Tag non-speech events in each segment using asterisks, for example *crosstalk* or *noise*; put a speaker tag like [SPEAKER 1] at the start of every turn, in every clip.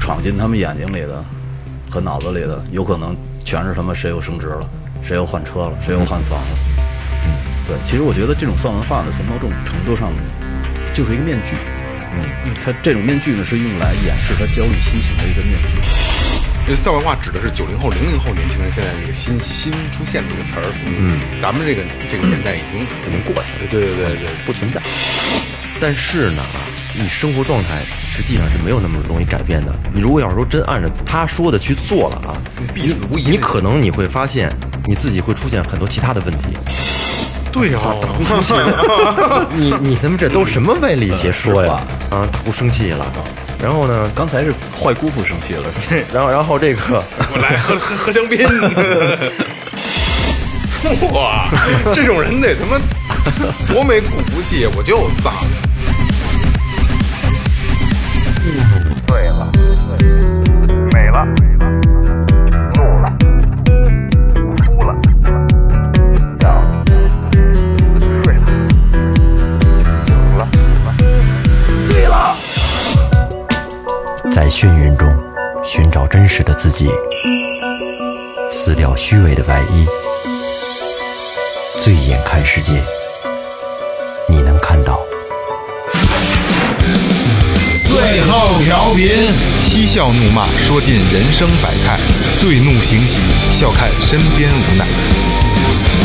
[SPEAKER 1] 躺进他们眼睛里的和脑子里的，有可能全是他们谁又升职了，谁又换车了，谁又换房了。对，其实我觉得这种丧文化呢，从某种程度上就是一个面具。嗯，它这种面具呢是用来掩饰他焦虑心情的一个面具。
[SPEAKER 2] 因为呃丧文化指的是九零后、零零后年轻人现在这个新新出现的这个词儿，嗯，咱们这个这个年代已经已经过去了，对对对对，
[SPEAKER 3] 不存在。但是呢，你生活状态实际上是没有那么容易改变的。你如果要是说真按照他说的去做了啊，
[SPEAKER 2] 必死无疑
[SPEAKER 3] 你可能你会发现你自己会出现很多其他的问
[SPEAKER 2] *laughs*
[SPEAKER 3] 题。
[SPEAKER 2] 对啊， *laughs*
[SPEAKER 3] 你你他妈这都什么歪理邪说呀？啊，大姑生气了，然后呢，
[SPEAKER 1] 刚才是坏姑父生气了，
[SPEAKER 3] 然后然后这个。
[SPEAKER 2] 我来喝喝喝香 *laughs* 槟。哇，这种人得他妈多没骨气！我就丧。
[SPEAKER 4] 醉了，美了，怒了，哭了，笑了，睡了，醒了，醉了。
[SPEAKER 5] 在眩晕中寻找真实的自己，撕掉虚伪的外衣，醉眼看世界，你能看到。
[SPEAKER 2] 最后调频，嬉笑怒骂，说尽人生百态；醉怒行喜，笑看身边无奈。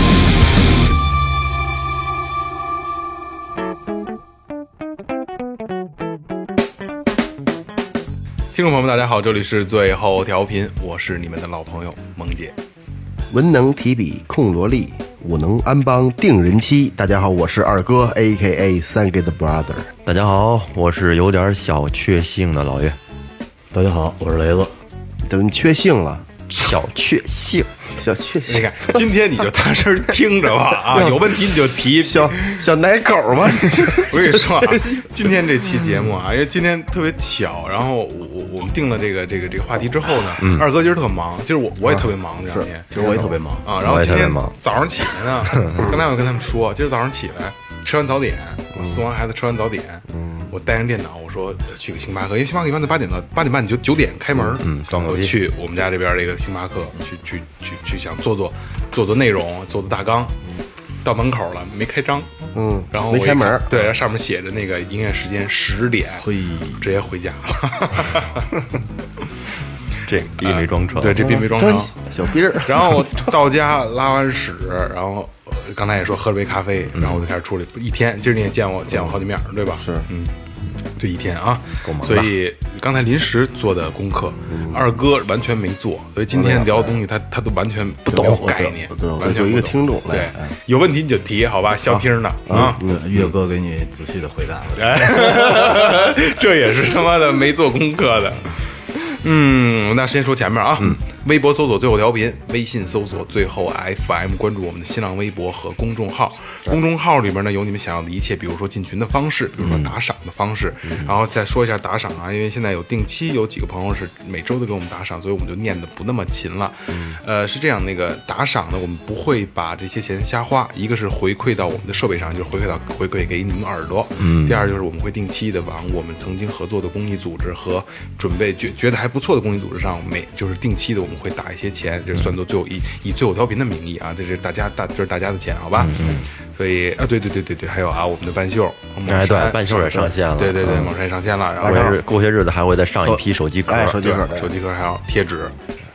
[SPEAKER 2] 听众朋友们，大家好，这里是最后调频，我是你们的老朋友萌姐。
[SPEAKER 3] 文能提笔控萝莉，武能安邦定人妻。大家好，我是二哥，A K A 三给的 brother。大家好，我是有点小确幸的老岳。
[SPEAKER 1] *laughs* 大家好，我是雷子。
[SPEAKER 3] 怎么确幸了？小确幸，小确
[SPEAKER 2] 你
[SPEAKER 3] 幸，
[SPEAKER 2] 看，今天你就踏实听着吧啊，有问题你就提。
[SPEAKER 3] 小小奶狗吗？这是
[SPEAKER 2] *laughs* 我跟你说
[SPEAKER 3] *laughs*
[SPEAKER 2] 啊， *laughs* 今天这期节目啊，因为今天特别巧，然后我我我们定了这个这个这个话题之后呢，二哥今儿特忙，其实我我也特别忙这两天，
[SPEAKER 1] 嗯其实我也特别忙，
[SPEAKER 2] 啊，然后
[SPEAKER 3] 我也
[SPEAKER 2] 今
[SPEAKER 3] 特别
[SPEAKER 2] 天
[SPEAKER 3] 忙
[SPEAKER 2] 早上起来
[SPEAKER 3] *laughs*
[SPEAKER 2] 呢，刚才我跟他们说，今儿早上起来吃完早点，我送完孩子吃完早点，
[SPEAKER 3] 嗯
[SPEAKER 2] 我带上电脑，我说呃去个星巴克，因为星巴克一般在八点到八点半你就九点开门，嗯，
[SPEAKER 3] 装个
[SPEAKER 2] 我
[SPEAKER 3] 逼
[SPEAKER 2] 去我们家这边这个星巴克去去去去想做做做做内容，做做大纲，到门口了没开张，
[SPEAKER 3] 嗯
[SPEAKER 2] 然后
[SPEAKER 3] 没
[SPEAKER 2] 我一看
[SPEAKER 3] 开门
[SPEAKER 2] 对，然后上面写着那个营业时间十点，
[SPEAKER 1] 嘿，
[SPEAKER 2] 直接回家了，
[SPEAKER 3] 这也没装成，
[SPEAKER 2] 对， *laughs* 这并没装成。
[SPEAKER 3] 嗯小逼儿。
[SPEAKER 2] 然后我到家拉完屎，然后呃刚才也说喝了杯咖啡，然后我就开始出来一天。今儿你也见我见我好几面儿，对吧？是，嗯，这一天啊，够忙。所嗯以刚才临时做的功课，二哥完全没做，所以今天聊的东西他他都完全不懂概念，完全
[SPEAKER 3] 我就一
[SPEAKER 2] 不
[SPEAKER 3] 个
[SPEAKER 2] 懂
[SPEAKER 3] 听众来
[SPEAKER 2] 对，有问题你就提，好吧？消停的啊。
[SPEAKER 1] 对岳哥给你仔细的回答了。
[SPEAKER 2] 哎， *laughs* 这也是他妈的没做功课的。嗯，那先说前面啊，微博搜索最后调频，微信搜索最后 FM，关注我们的新浪微博和公众号。公众号里边呢有你们想要的一切，比如说进群的方式，比如说打赏的方式。然后再说一下打赏啊，因为现在有定期有几个朋友是每周都给我们打赏，所以我们就念的不那么勤了。呃，是这样，那个打赏呢，我们不会把这些钱瞎花，一个是回馈到我们的设备上，就是回馈到回馈给你们耳朵。嗯。第二就是我们会定期的往我们曾经合作的公益组织和准备觉觉得还不错的公益组织上，每就是定期的我们会打一些钱，这算作最
[SPEAKER 3] 嗯
[SPEAKER 2] 后以以最后调频的名义啊，这是大家大就是大家的钱，好吧？嗯。所以啊，对对对对对，还有啊，我们的半袖，
[SPEAKER 3] 哎对
[SPEAKER 2] 蒙山
[SPEAKER 3] 半袖也上线了
[SPEAKER 2] 对对对，
[SPEAKER 3] 嗯
[SPEAKER 2] 网山上线了，然后
[SPEAKER 3] 过些日过些日子还会再上一批手机壳，
[SPEAKER 2] 哎手机壳，手机壳还要贴纸，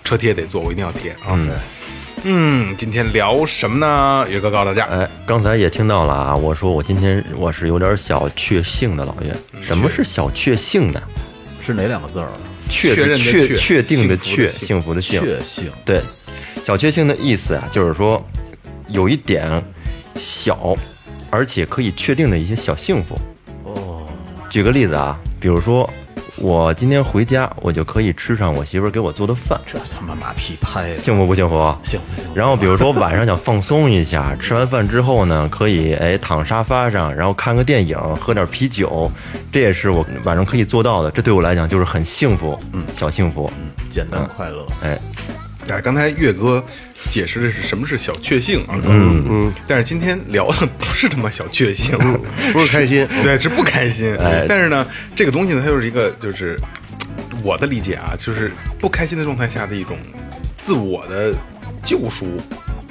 [SPEAKER 2] 车贴得做，我一定要贴啊。对，嗯，今天聊什么呢？岳哥告诉大家，
[SPEAKER 3] 哎，刚才也听到了啊，我说我今天我是有点小确幸的，老岳，什么是小确幸呢？
[SPEAKER 1] 是哪两个字儿啊？
[SPEAKER 3] 确
[SPEAKER 2] 确认的确
[SPEAKER 3] 确确定
[SPEAKER 2] 幸福
[SPEAKER 3] 的
[SPEAKER 2] 的
[SPEAKER 3] 确，
[SPEAKER 2] 幸
[SPEAKER 3] 幸福的幸，
[SPEAKER 1] 确幸。
[SPEAKER 3] 对，小确幸的意思啊，就是说有一点小，而且可以确定的一些小幸福。
[SPEAKER 1] 哦，
[SPEAKER 3] 举个例子啊，比如说我今天回家，我就可以吃上我媳妇儿给我做的饭，
[SPEAKER 1] 这他妈马屁拍的，
[SPEAKER 3] 幸福不幸福？
[SPEAKER 1] 幸不幸？
[SPEAKER 3] 然后比如说晚上想放松一下，吃完饭之后呢，可以哎躺沙发上，然后看个电影，喝点啤酒，这也是我晚上可以做到的。这对我来讲就是很幸福，嗯，小幸福，
[SPEAKER 1] 简单快乐。
[SPEAKER 3] 哎，
[SPEAKER 2] 哎，刚才岳哥解释的是什么是小确幸啊，嗯嗯，但是今天聊的不是他妈小确幸，啊
[SPEAKER 6] 不是开心，
[SPEAKER 2] *laughs* 对，是不开心。但是呢，这个东西呢，它就是一个就是我的理解啊，就是不开心的状态下的一种自我的救赎。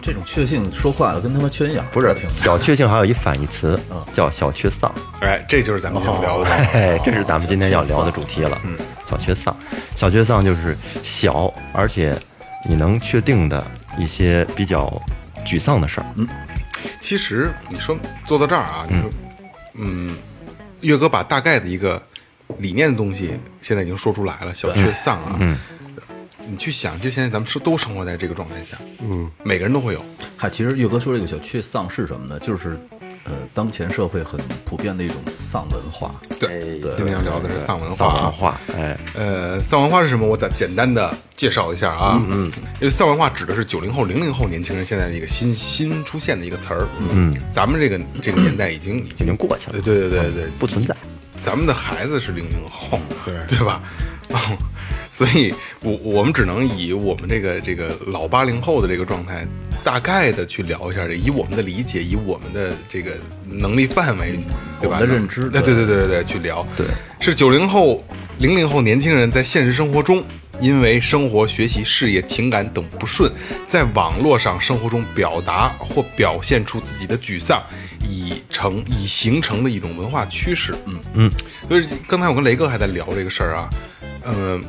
[SPEAKER 1] 这种确幸说坏了跟他妈缺心眼儿
[SPEAKER 3] 不是
[SPEAKER 1] 挺
[SPEAKER 3] 小确幸，还有一反义词
[SPEAKER 2] 嗯
[SPEAKER 3] 叫小确丧。
[SPEAKER 2] 哎，这就是咱们今天聊的状态。
[SPEAKER 3] 哎，这是咱们今天要聊的主题了。嗯，小缺丧，小缺丧就是小，而且你能确定的一些比较沮丧的事儿。嗯，
[SPEAKER 2] 其实你说做到这儿啊，你说，嗯，岳哥把大概的一个理念的东西现在已经说出来了，小确丧啊，嗯，你去想，就现在咱们是都生活在这个状态下，嗯，每个人都会有，
[SPEAKER 1] 嗨，其实岳哥说这个小确丧是什么呢？就是，呃，当前社会很普遍的一种丧文化。
[SPEAKER 2] 对，哎今天要聊的是丧文化，
[SPEAKER 3] 丧文。化，哎，
[SPEAKER 2] 呃，丧文化是什么？我再简单的介绍一下啊。嗯，因为丧文化指的是九零后、零零后年轻人现在的一个新新出现的一个词儿。嗯，咱们这个这个年代已经已
[SPEAKER 3] 已
[SPEAKER 2] 经
[SPEAKER 3] 经过去了
[SPEAKER 2] 对，对对对对，
[SPEAKER 3] 不存在。
[SPEAKER 2] 咱们的孩子是零零后，对对吧？ *laughs* 所以，我我们只能以我们这个这个老八零后的这个状态，大概的去聊一下这，以我们的理解，以我们的这个能力范围，对
[SPEAKER 1] 嗯我
[SPEAKER 2] 吧？
[SPEAKER 1] 们的认知
[SPEAKER 2] 对对
[SPEAKER 1] 对
[SPEAKER 2] 对对对对，去聊。对，是九零后、零零后年轻人在现实生活中，因为生活、学习、事业、情感等不顺，在网络上生活中表达或表现出自己的沮丧，已成已形成的一种文化趋势。嗯嗯，所以刚才我跟雷哥还在聊这个事儿啊，嗯、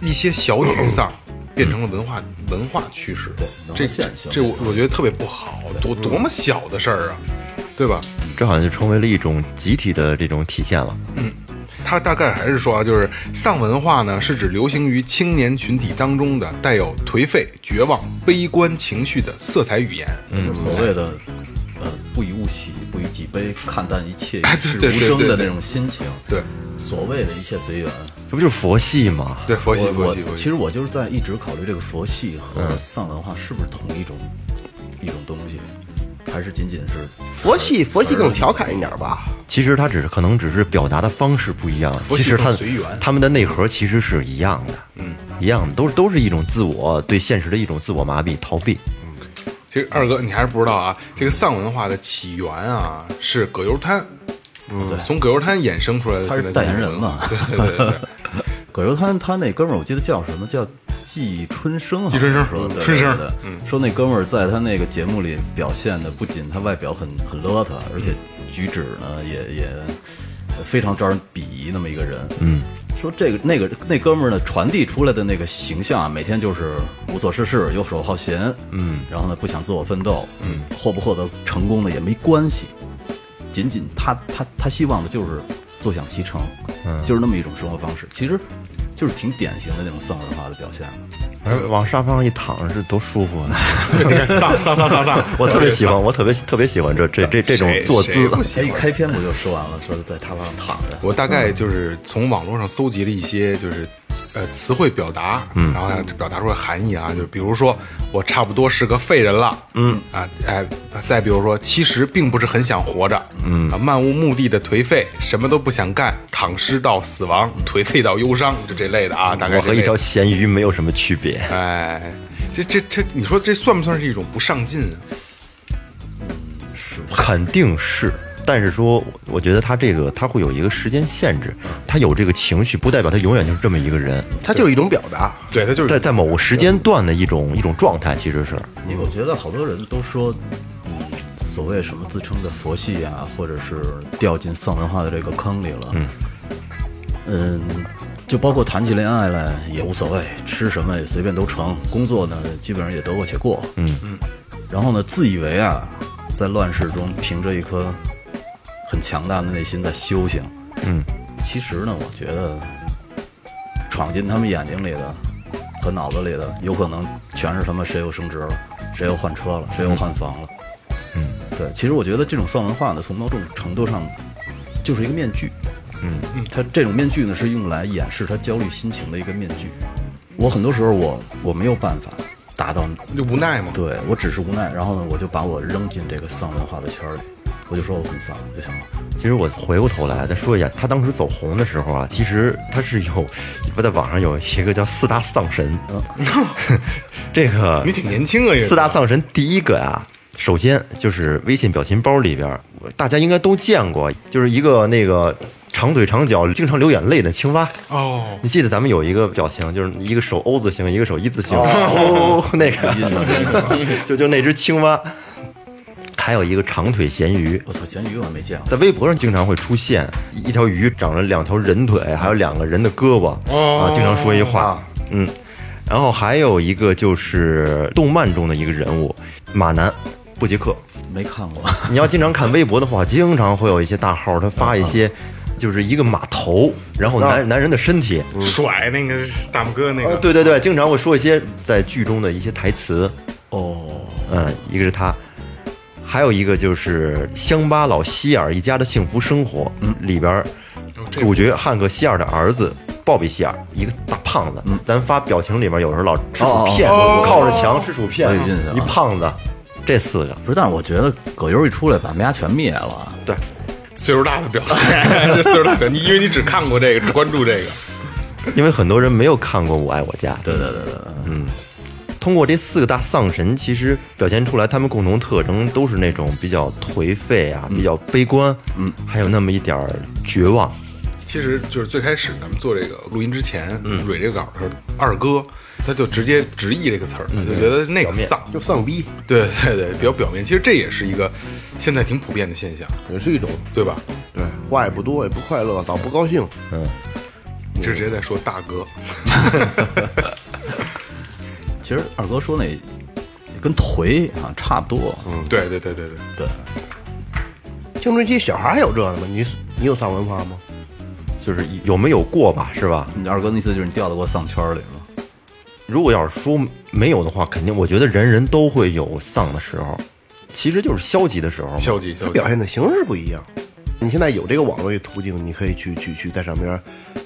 [SPEAKER 2] 一些小沮丧。变成了文化文化趋势，这
[SPEAKER 1] 嗯文化现象嗯
[SPEAKER 2] 这我我觉得特别不好，多多么小的事儿啊，对吧？
[SPEAKER 3] 这好像就成为了一种集体的这种体现了。
[SPEAKER 2] 它大概还是说啊，就是丧文化呢，是指流行于青年群体当中的带有颓废、绝望、悲观情绪的色彩语言。
[SPEAKER 1] 就是所谓的，呃，不以物喜，不以己悲，看淡一切，
[SPEAKER 2] 哎
[SPEAKER 1] 一
[SPEAKER 2] 对
[SPEAKER 1] 世
[SPEAKER 2] 对
[SPEAKER 1] 无
[SPEAKER 2] 对
[SPEAKER 1] 争
[SPEAKER 2] 对
[SPEAKER 1] 的
[SPEAKER 2] 对
[SPEAKER 1] 那种心情。
[SPEAKER 2] 对
[SPEAKER 1] 所谓的一切随缘。
[SPEAKER 3] 这不就是佛系吗？
[SPEAKER 2] 对，佛系
[SPEAKER 1] 我
[SPEAKER 2] 佛
[SPEAKER 1] 我嗯
[SPEAKER 2] 系佛
[SPEAKER 1] 其
[SPEAKER 2] 系。
[SPEAKER 1] 实我就是在一直考虑这个佛系和丧文化是不是同一种一种东西，还是仅仅是
[SPEAKER 6] 佛系佛系更调侃一点吧，
[SPEAKER 3] 其实它只是可能只是表达的方式不一样，
[SPEAKER 2] 佛
[SPEAKER 3] 其
[SPEAKER 2] 系
[SPEAKER 3] 实它
[SPEAKER 2] 更随缘
[SPEAKER 3] 他们的内核其实是一样的，嗯，一样的，都是都是一种自我对现实的一种自我麻痹逃避。
[SPEAKER 2] 其实二哥，你还是不知道啊，这个丧文化的起源啊是葛优瘫，嗯，从葛优瘫衍生出来的。
[SPEAKER 1] 他是
[SPEAKER 2] 现在这
[SPEAKER 1] 代言
[SPEAKER 2] 种
[SPEAKER 1] 人
[SPEAKER 2] 文化
[SPEAKER 1] 嘛
[SPEAKER 2] 对对对对对。
[SPEAKER 1] 葛优瘫他那哥们儿，我记得叫什么叫季春生啊，
[SPEAKER 2] 季春生
[SPEAKER 1] 说对
[SPEAKER 2] 春生嗯
[SPEAKER 1] 对对对说那哥们儿在他那个节目里表现的，不仅他外表很很邋遢，而且
[SPEAKER 2] 嗯
[SPEAKER 1] 举止呢也也非常招人鄙夷那么一个人。嗯，说这个那个那哥们儿呢传递出来的那个形象啊，每天就是无所事事、游手好闲，嗯，然后呢不想自我奋斗，嗯，获不获得成功呢也没关系，仅仅他他他希望的就是坐享其成，就是那么一种生活方式，其实就是挺典型的那种丧文化的表现。
[SPEAKER 3] 而往沙发上一躺是多舒服啊！
[SPEAKER 2] 丧丧丧丧丧，
[SPEAKER 3] 我特别喜欢，我特别特别喜欢这这这这种
[SPEAKER 2] 谁
[SPEAKER 3] 坐
[SPEAKER 2] 谁
[SPEAKER 1] *laughs*
[SPEAKER 3] 姿。
[SPEAKER 2] 不喜
[SPEAKER 1] 哎，
[SPEAKER 2] 欢
[SPEAKER 1] 一开篇不就说完了，说在榻榻上躺着，
[SPEAKER 2] 我大概就是从网络上搜集了一些就是呃词汇表达，嗯，然后呢表达出来含义啊，就是比如说我差不多是个废人了，嗯啊哎，再比如说其实并不是很想活着，嗯啊漫无目的的颓废，什么都不想干，躺尸到死亡，颓废到忧伤，就这类的啊，大概
[SPEAKER 3] 我
[SPEAKER 2] 这
[SPEAKER 3] 和一
[SPEAKER 2] 类
[SPEAKER 3] 条咸鱼没有什么区别。
[SPEAKER 2] 哎，这这这，你说这算不算是一种不上进啊？
[SPEAKER 3] 肯定是。但是说，我觉得他这个他会有一个时间限制，他有这个情绪，不代表他永远就是这么一个人。
[SPEAKER 6] 它就是一种表达。
[SPEAKER 2] 对，他就是
[SPEAKER 3] 在在某个时间段的一种一种状态，其实是
[SPEAKER 1] 因为我觉得好多人都说，嗯，所谓什么自称的佛系啊，或者是掉进丧文化的这个坑里了，嗯，嗯就包括谈起恋爱来也无所谓，吃什么也随便都成，工作呢基本上也得过且过，嗯嗯，然后呢，自以为啊，在乱世中凭着一颗很强大的内心在修行，
[SPEAKER 3] 嗯，
[SPEAKER 1] 其实呢，我觉得闯进他们眼睛里的和脑子里的，有可能全是他妈谁又升职了，谁又换车了，谁又换房了。嗯，对，其实我觉得这种丧文化呢，从某种程度上就是一个面具。嗯，它这种面具呢是用来掩饰他焦虑心情的一个面具。我很多时候我我没有办法达到
[SPEAKER 2] 就无奈嘛。
[SPEAKER 1] 对我只是无奈，然后呢，我就把我扔进这个丧文化的圈儿里，我就说我很丧就行了。
[SPEAKER 3] 其实我回过头来再说一下，他当时走红的时候啊，其实他是有，不在网上有一个叫四大丧 *laughs* 神，这个
[SPEAKER 2] 你挺年轻啊，也
[SPEAKER 3] 四大丧神第一个呀、首先就是微信表情包里边儿，大家应该都见过，就是一个那个。长腿长脚、经常流眼泪的青蛙。
[SPEAKER 2] 哦，
[SPEAKER 3] 你记得咱们有一个表情，就是一个手 O 字形，一个手一字形，哦， *laughs* 那个，就就那只青蛙，还有一个长腿咸鱼，
[SPEAKER 1] *laughs* 我操，咸鱼我还没见过。
[SPEAKER 3] 在微博上经常会出现一一条鱼长了两条人腿，还有两个人的胳膊、
[SPEAKER 2] 哦
[SPEAKER 3] 啊，经常说一话，嗯，然后还有一个就是动漫中的一个人物马男布杰克，
[SPEAKER 1] 没看过， *laughs*
[SPEAKER 3] 你要经常看微博的话，经常会有一些大号他发一些。就是一个马头，然后男男人的身体，
[SPEAKER 2] 甩那个大拇啊哥那
[SPEAKER 3] 呃
[SPEAKER 2] 个，
[SPEAKER 3] 对对对，经常会说一些在剧中的一些台词。
[SPEAKER 1] 哦，
[SPEAKER 3] 嗯，一个是他，还有一个就是乡巴佬希尔一家的幸福生活、
[SPEAKER 2] 嗯
[SPEAKER 3] 里边儿，
[SPEAKER 2] 哦这 *laughs*
[SPEAKER 3] 主角汉克希尔的儿子鲍比希尔，一个大胖子。咱发表情里面有时候老吃薯片，
[SPEAKER 2] 哦哦哦
[SPEAKER 3] 靠着墙吃薯片
[SPEAKER 1] 我有印象，
[SPEAKER 3] 一胖子，这四个。
[SPEAKER 1] 不是，但是我觉得葛优一出来把他们家全灭了。
[SPEAKER 3] 对，
[SPEAKER 2] 岁数大的表现，这岁数大的，你因为你只看过这个，只关注这个，
[SPEAKER 3] 因为很多人没有看过《我爱我家》，
[SPEAKER 1] 对对对对对，
[SPEAKER 3] 通过这四个大丧神，其实表现出来他们共同特征都是那种比较颓废啊，比较悲观，嗯，还有那么一点儿绝望。
[SPEAKER 2] 其实就是最开始咱们做这个录音之前，蕊这个稿的时候，二哥他就直接直译这个词儿，他就觉得那个丧，
[SPEAKER 6] 就丧逼，
[SPEAKER 2] 对对对，比较表面。其实这也是一个现在挺普遍的现象，
[SPEAKER 6] 也是一种
[SPEAKER 2] 对吧？
[SPEAKER 6] 对，话也不多，也不快乐，老不高兴。
[SPEAKER 2] 你直接在说大哥，
[SPEAKER 1] 其实二哥说那跟颓啊差不多。嗯，
[SPEAKER 2] 对对对对对，
[SPEAKER 1] 对，
[SPEAKER 6] 青春期小孩还有这个呢吗？你你有丧文化吗？
[SPEAKER 3] 就是有没有过吧，是吧？
[SPEAKER 1] 你二哥那意思就是你掉到过丧圈里了。
[SPEAKER 3] 如果要是说没有的话，肯定我觉得人人都会有丧的时候，其实就是消极的时候嘛。
[SPEAKER 2] 消极消
[SPEAKER 6] 它
[SPEAKER 2] 极
[SPEAKER 6] 表，现的形式不一样。你现在有这个网络的途径，你可以去去去在上边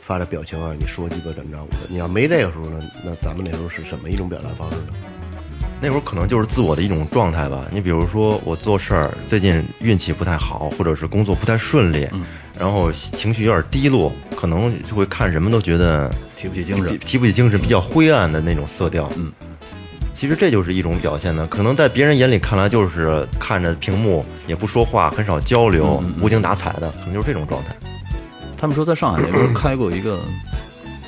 [SPEAKER 6] 发点表情啊，你说鸡巴怎么着？我的你要没这个时候呢，那咱们那时候是什么一种表达方式呢？
[SPEAKER 3] 那会儿可能就是自我的一种状态吧。你比如说，我做事儿最近运气不太好，或者是工作不太顺利，
[SPEAKER 6] 嗯
[SPEAKER 3] 然后情绪有点低落，可能就会看什么都觉得
[SPEAKER 1] 提不起精神
[SPEAKER 3] 提提不起精神，比较灰暗的那种色调。嗯，其实这就是一种表现呢，可能在别人眼里看来就是看着屏幕也不说话，很少交流，
[SPEAKER 6] 嗯
[SPEAKER 3] 无精打采的，可能就是这种状态
[SPEAKER 1] 他们说在上海那边开过一个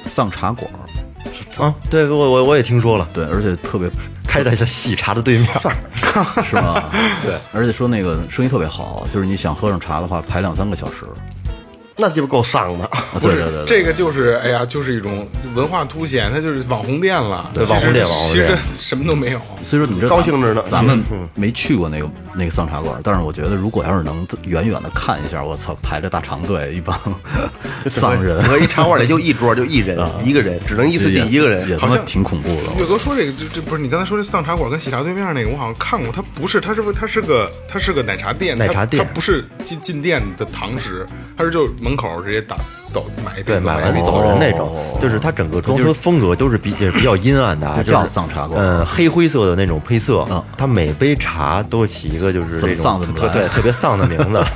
[SPEAKER 1] 丧茶馆儿，
[SPEAKER 3] 啊。对，我我我也听说了，
[SPEAKER 1] 对，而且特别
[SPEAKER 3] 开在这喜茶的对面。
[SPEAKER 1] 是吧？对，而且说那个生意特别好，就是你想喝上茶的话，排两三个小时。
[SPEAKER 6] 那鸡巴够
[SPEAKER 3] *laughs*
[SPEAKER 6] 丧的。
[SPEAKER 1] 啊，
[SPEAKER 2] 不
[SPEAKER 1] 对
[SPEAKER 2] 是
[SPEAKER 1] 对对，对
[SPEAKER 2] 这个就是哎呀，就是一种文化凸显，它就是网红店了，
[SPEAKER 3] 对网红店
[SPEAKER 2] 其实
[SPEAKER 3] 网红店
[SPEAKER 2] 其实什么都没有，
[SPEAKER 1] 所以说你这
[SPEAKER 6] 高兴着呢
[SPEAKER 1] 咱们没去过那个那个丧茶馆，但是我觉得如果要是能远远的看一下，我操，排着大长队一帮丧人，
[SPEAKER 6] 整个一茶馆里就一桌，就一人，
[SPEAKER 3] 啊
[SPEAKER 6] 一个人，只能一次
[SPEAKER 1] 也
[SPEAKER 6] 进一个
[SPEAKER 1] 也
[SPEAKER 6] 人。
[SPEAKER 1] 他
[SPEAKER 2] 好
[SPEAKER 1] 妈
[SPEAKER 2] 像
[SPEAKER 1] 挺恐怖
[SPEAKER 2] 岳
[SPEAKER 1] 的。
[SPEAKER 2] 哥说这个，这这不是你刚才说这丧茶馆跟喜茶对面那个，我好像看过，它不是，它是它是个它是个奶茶店，
[SPEAKER 3] 奶茶店
[SPEAKER 2] 它它不是进进店的堂食，它是就门口直接打走买一杯
[SPEAKER 3] 对，
[SPEAKER 2] 走
[SPEAKER 3] 买完
[SPEAKER 2] 一杯
[SPEAKER 3] 走
[SPEAKER 1] 哦
[SPEAKER 2] 走。
[SPEAKER 3] 人那种，就是它整个装修风格都是比也比较阴暗的啊，
[SPEAKER 1] 就
[SPEAKER 3] 就是
[SPEAKER 1] 叫丧茶馆
[SPEAKER 3] 嗯，黑灰色的那种配色
[SPEAKER 1] 嗯，
[SPEAKER 3] 它每杯茶都会起一个就是
[SPEAKER 1] 怎么
[SPEAKER 3] 这
[SPEAKER 1] 丧
[SPEAKER 3] 种
[SPEAKER 1] 怎么
[SPEAKER 3] 特
[SPEAKER 1] 来
[SPEAKER 3] 对特别丧的名
[SPEAKER 1] *laughs*
[SPEAKER 3] 字，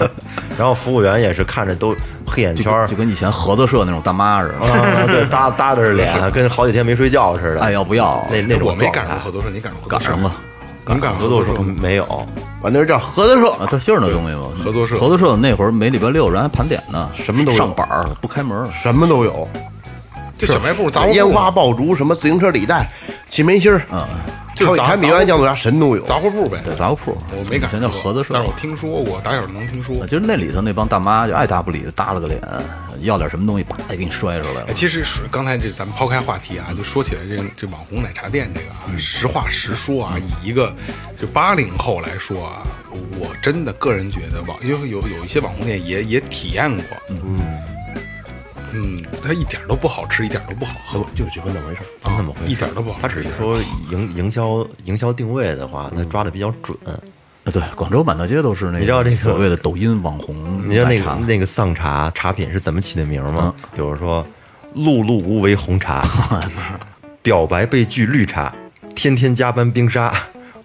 [SPEAKER 3] 然后服务员也是看着都黑眼
[SPEAKER 1] 就
[SPEAKER 3] 圈儿
[SPEAKER 1] 跟就跟以前合作社那种大妈似的，
[SPEAKER 3] 啊，对，耷耷拉着脸，啊跟好几天没睡觉似的。
[SPEAKER 1] 爱哎要不要？
[SPEAKER 3] 啊那那
[SPEAKER 2] 我
[SPEAKER 3] 种
[SPEAKER 2] 没
[SPEAKER 3] 状
[SPEAKER 2] 赶上
[SPEAKER 3] 态，
[SPEAKER 2] 合作社，你赶上合作
[SPEAKER 1] 赶
[SPEAKER 2] 社
[SPEAKER 1] 上了，
[SPEAKER 2] 你们赶上
[SPEAKER 3] 合
[SPEAKER 2] 合
[SPEAKER 3] 作
[SPEAKER 2] 作
[SPEAKER 3] 的时
[SPEAKER 2] 社
[SPEAKER 3] 候
[SPEAKER 2] 吗
[SPEAKER 3] 没有，
[SPEAKER 2] 哦
[SPEAKER 6] 完那是叫合作社，
[SPEAKER 1] 啊，对，就是那东西嘛。
[SPEAKER 2] 合作社
[SPEAKER 1] 合作社那会儿每礼拜六人还盘点呢，什
[SPEAKER 6] 么都有
[SPEAKER 1] 上板儿，不开门儿。
[SPEAKER 6] 什么都有，
[SPEAKER 2] 就小卖部、杂货
[SPEAKER 6] 烟
[SPEAKER 2] 铺、
[SPEAKER 6] 花爆竹，什么自行车履带、气门芯儿，嗯，
[SPEAKER 2] 就是杂
[SPEAKER 6] 还米
[SPEAKER 2] 杂货
[SPEAKER 6] 饭酱醋茶，神都有。
[SPEAKER 2] 杂货铺呗。
[SPEAKER 1] 对，杂货铺，
[SPEAKER 2] 我没赶
[SPEAKER 1] 以前
[SPEAKER 2] 上
[SPEAKER 1] 叫
[SPEAKER 2] 过
[SPEAKER 1] 合作社，
[SPEAKER 2] 但是我听说过，打小能听说。
[SPEAKER 1] 就是那里头那帮大妈就爱搭不理的，耷拉个脸，要点什么东西，啪给你摔出来了
[SPEAKER 2] 哎，。其实是刚才这咱们抛开话题啊，就说起来这个这网红奶茶店这个啊，实话实说啊，以一个就八零后来说啊，我真的个人觉得网，因为有有一些网红店也也体验过，嗯嗯，它一点都不好吃，一点都不好喝，
[SPEAKER 6] 就觉得那回事儿。
[SPEAKER 3] 真的么回
[SPEAKER 2] 一
[SPEAKER 3] 事
[SPEAKER 2] 点。都不好
[SPEAKER 3] 他
[SPEAKER 2] 吃
[SPEAKER 3] 只是。说营营销营销定位的话，
[SPEAKER 1] 嗯
[SPEAKER 3] 他抓的比较准。
[SPEAKER 1] 啊，对，广州满大街都是那，
[SPEAKER 3] 你知道这个
[SPEAKER 1] 所谓的抖音网红
[SPEAKER 3] 你知道
[SPEAKER 1] 奶
[SPEAKER 3] 那
[SPEAKER 1] 嗯
[SPEAKER 3] 个
[SPEAKER 1] 茶，
[SPEAKER 3] 那个丧茶茶品是怎么起的名儿吗？比如说“碌碌无为红茶”，表白被拒绿茶，天天加班冰沙，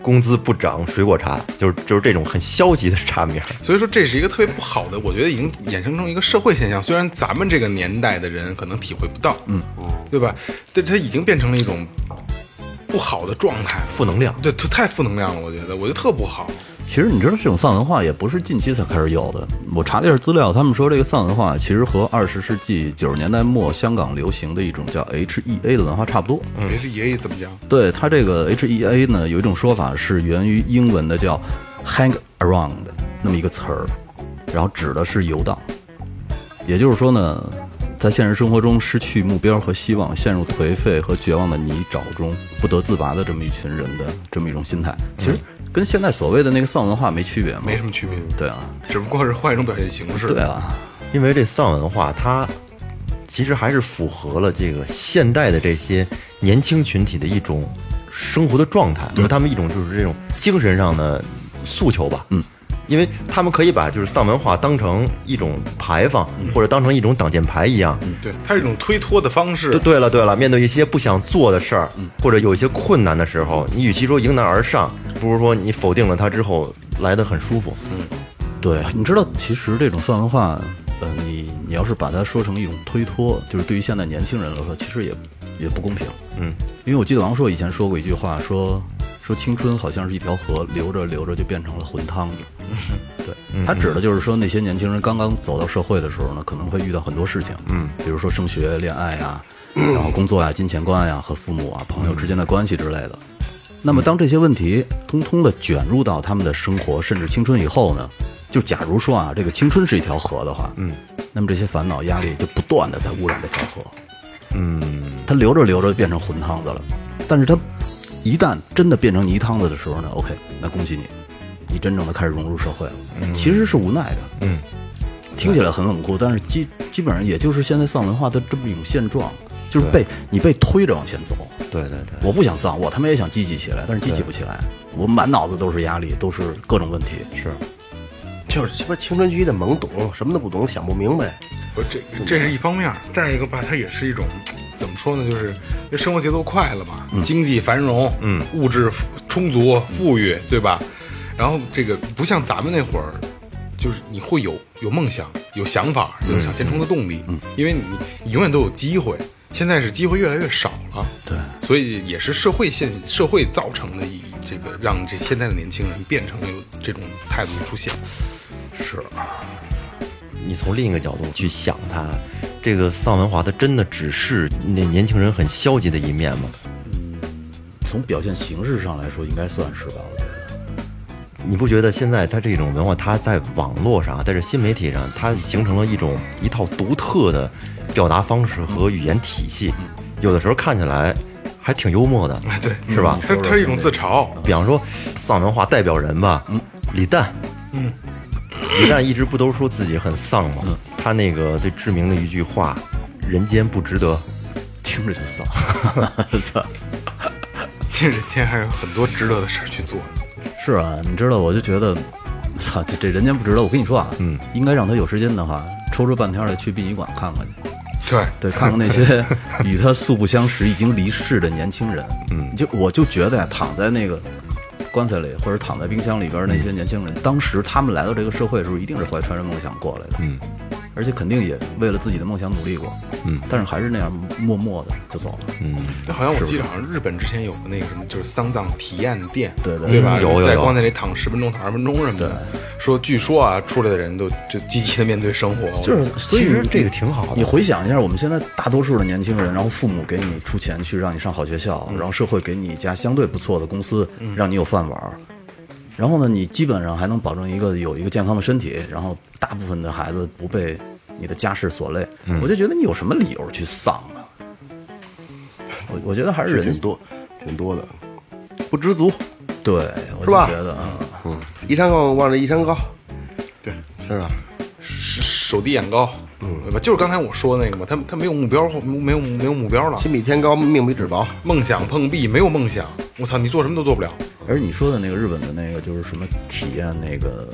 [SPEAKER 3] 工资不涨水果茶，就是就是这种很消极的茶名儿。
[SPEAKER 2] 所以说这是一个特别不好的，我觉得已经衍生成一个社会现象。虽然咱们这个年代的人可能体会不到，嗯，对吧？但它已经变成了一种不好的状态了。
[SPEAKER 3] 负能量。
[SPEAKER 2] 对，太负能量了，我觉得，我觉得特不好。
[SPEAKER 1] 其实你知道，这种丧文化也不是近期才开始有的。我查了一下资料，他们说这个丧文化其实和二十世纪九十年代末香港流行的一种叫 HEA 的文化差不多。
[SPEAKER 2] 别是爷爷怎么讲？
[SPEAKER 1] 对它这个 HEA 呢，有一种说法是源于英文的叫 hang around 那么一个词儿，然后指的是游荡。也就是说呢，在现实生活中失去目标和希望，陷入颓废和绝望的泥沼中不得自拔的这么一群人的这么一种心态，其实跟现在所谓的那个丧文化没区别嘛。
[SPEAKER 2] 没什么区别，
[SPEAKER 1] 对啊，
[SPEAKER 2] 只不过是换一种表现形式。
[SPEAKER 1] 对啊，
[SPEAKER 3] 因为这丧文化它其实还是符合了这个现代的这些年轻群体的一种生活的状态和他们一种就是这种精神上的诉求吧。
[SPEAKER 1] 嗯，
[SPEAKER 3] 因为他们可以把就是丧文化当成一种牌坊，或者当成一种挡箭牌一样。
[SPEAKER 2] 对，它是一种推脱的方式
[SPEAKER 3] 对。对了对了，面对一些不想做的事儿，或者有一些困难的时候，你与其说迎难而上，不如说你否定了它之后来的很舒服。
[SPEAKER 1] 对，啊你知道，其实这种丧文化，呃，你你要是把它说成一种推脱，就是对于现在年轻人来说，其实也也不公平。
[SPEAKER 3] 嗯，
[SPEAKER 1] 因为我记得王朔以前说过一句话，说说青春好像是一条河，流着流着就变成了浑汤子。对，他指的就是说那些年轻人刚刚走到社会的时候呢，可能会遇到很多事情，嗯，比如说升学、恋爱呀、然后工作呀、啊金钱观呀、和父母啊、朋友之间的关系之类的。那么，当这些问题通通的卷入到他们的生活甚至青春以后呢？就假如说啊，这个青春是一条河的话，嗯，那么这些烦恼、压力就不断的在污染这条河，嗯，它流着流着就变成浑汤子了。但是它一旦真的变成泥汤子的时候呢，OK，那恭喜你，你真正的开始融入社会了，其实是无奈的，嗯，听起来很冷酷，但是基基本上也就是现在丧文化的这么一种现状，就是被你被推着往前走，
[SPEAKER 3] 对对对，
[SPEAKER 1] 我不想丧，我他妈也想积极起来，但是积极不起来，我满脑子都是压力，都是各种问题。
[SPEAKER 3] 是。
[SPEAKER 6] 就是鸡巴青春期的懵懂，什么都不懂，想不明白。
[SPEAKER 2] 不是这这是一方面儿，再一个吧，它也是一种怎么说呢，就是因为生活节奏快了嘛，经济繁荣，嗯，物质富充足富裕，对吧？然后这个不像咱们那会儿，就是你会有有梦想、有想法、有想前冲的动力，嗯，因为你你永远都有机会。现在是机会越来越少了，
[SPEAKER 1] 对，
[SPEAKER 2] 所以也是社会现社会造成的一这个让这现在的年轻人变成有这种态度的出现。
[SPEAKER 3] 你从另一个角度去想它，这个丧文化它真的只是那年轻人很消极的一面吗？
[SPEAKER 1] 从表现形式上来说，应该算是吧，我觉得。
[SPEAKER 3] 你不觉得现在它这种文化，它在网络上，在这新媒体上，它形成了一种一套独特的表达方式和语言体系，有的时候看起来还挺幽默的，
[SPEAKER 2] *laughs* 对，
[SPEAKER 3] 是吧？
[SPEAKER 2] 它它是一种自嘲，
[SPEAKER 3] 比方说丧文化代表人吧，李诞，嗯，李诞一直不都说自己很丧吗？
[SPEAKER 2] 嗯
[SPEAKER 3] 他那个最知名的一句话，“人间不值得”，
[SPEAKER 1] 听着就丧， *laughs* 操！
[SPEAKER 2] 这人间还有很多值得的事儿去做。
[SPEAKER 1] 是啊，你知道，我就觉得，操，这这人间不值得。我跟你说啊，嗯，应该让他有时间的话，抽出半天来去殡仪馆看看去，
[SPEAKER 2] 对，
[SPEAKER 1] 对，看看那 *laughs* 些与他素不相识、已经离世的年轻人。嗯，就我就觉得呀，躺在那个棺材里，或者躺在冰箱里边那些年轻人，当时他们来到这个社会的时候，一定是怀揣着梦想过来的。嗯。而且肯定也为了自己的梦想努力过，嗯，但是还是那样默默的就走了，嗯，
[SPEAKER 2] 好像我记得，好像日本之前有个那个什么，就是丧葬体验店，
[SPEAKER 1] 对对
[SPEAKER 2] 对吧？
[SPEAKER 3] 嗯有有
[SPEAKER 2] 在
[SPEAKER 3] 有
[SPEAKER 2] 棺材里躺十分钟、躺二十分钟什么的。说据说啊，出来的人都就积极的面对生活，
[SPEAKER 1] 就是所以
[SPEAKER 3] 其实
[SPEAKER 1] 你
[SPEAKER 3] 这个挺好的
[SPEAKER 1] 你回想一下，我们现在大多数的年轻人，然后父母给你出钱去让你上好学校，然后社会给你一家相对不错的公司，让你有饭碗儿。然后呢，你基本上还能保证一个有一个健康的身体，然后大部分的孩子不被你的家世所累。我就觉得你有什么理由去丧啊？我我觉得还是人
[SPEAKER 6] 挺多，挺多的，不知足，
[SPEAKER 1] 对，我
[SPEAKER 6] 是
[SPEAKER 1] 就
[SPEAKER 6] 吧
[SPEAKER 1] 觉得啊，
[SPEAKER 6] 一山更望着一山高，
[SPEAKER 2] 对，
[SPEAKER 6] 是吧？
[SPEAKER 2] 手手低眼高，嗯，对吧？就是刚才我说的那个嘛，他他没有目标，没有没有目标了，
[SPEAKER 6] 心比天高，命比纸薄。
[SPEAKER 2] 梦想碰壁，没有梦想，我操，你做什么都做不了。
[SPEAKER 1] 而你说的那个日本的那个，就是什么体验那个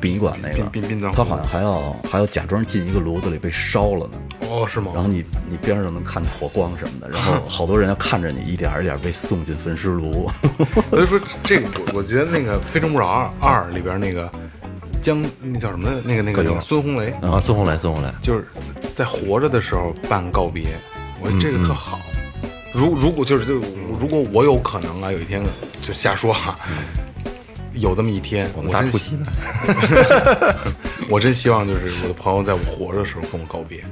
[SPEAKER 1] 殡仪馆那个
[SPEAKER 2] 殡殡殡葬，
[SPEAKER 1] 他好像还要还要假装进一个炉子里被烧了呢。
[SPEAKER 2] 哦，是吗？
[SPEAKER 1] 然后你你边上能看见火光什么的，然
[SPEAKER 2] *laughs*
[SPEAKER 1] 后好多人要看着你一点儿一点儿被送进焚尸炉。 *laughs*
[SPEAKER 2] 所以说这个，我我觉得那个《非诚勿扰二二》里边那个江那叫什么来那个那个那个孙红雷，
[SPEAKER 3] 啊，孙红雷，孙红雷，
[SPEAKER 2] 就是在在活着的时候办告别，我觉得这个特好。
[SPEAKER 3] 嗯
[SPEAKER 2] 如如果就是就是，如果我有可能啊，有一天就瞎说哈、啊有这么一天，
[SPEAKER 3] 我
[SPEAKER 2] 我
[SPEAKER 3] 们仨
[SPEAKER 2] 真
[SPEAKER 3] 出戏了。
[SPEAKER 2] 我真希望就是我的朋友在我活着的时候跟我告别。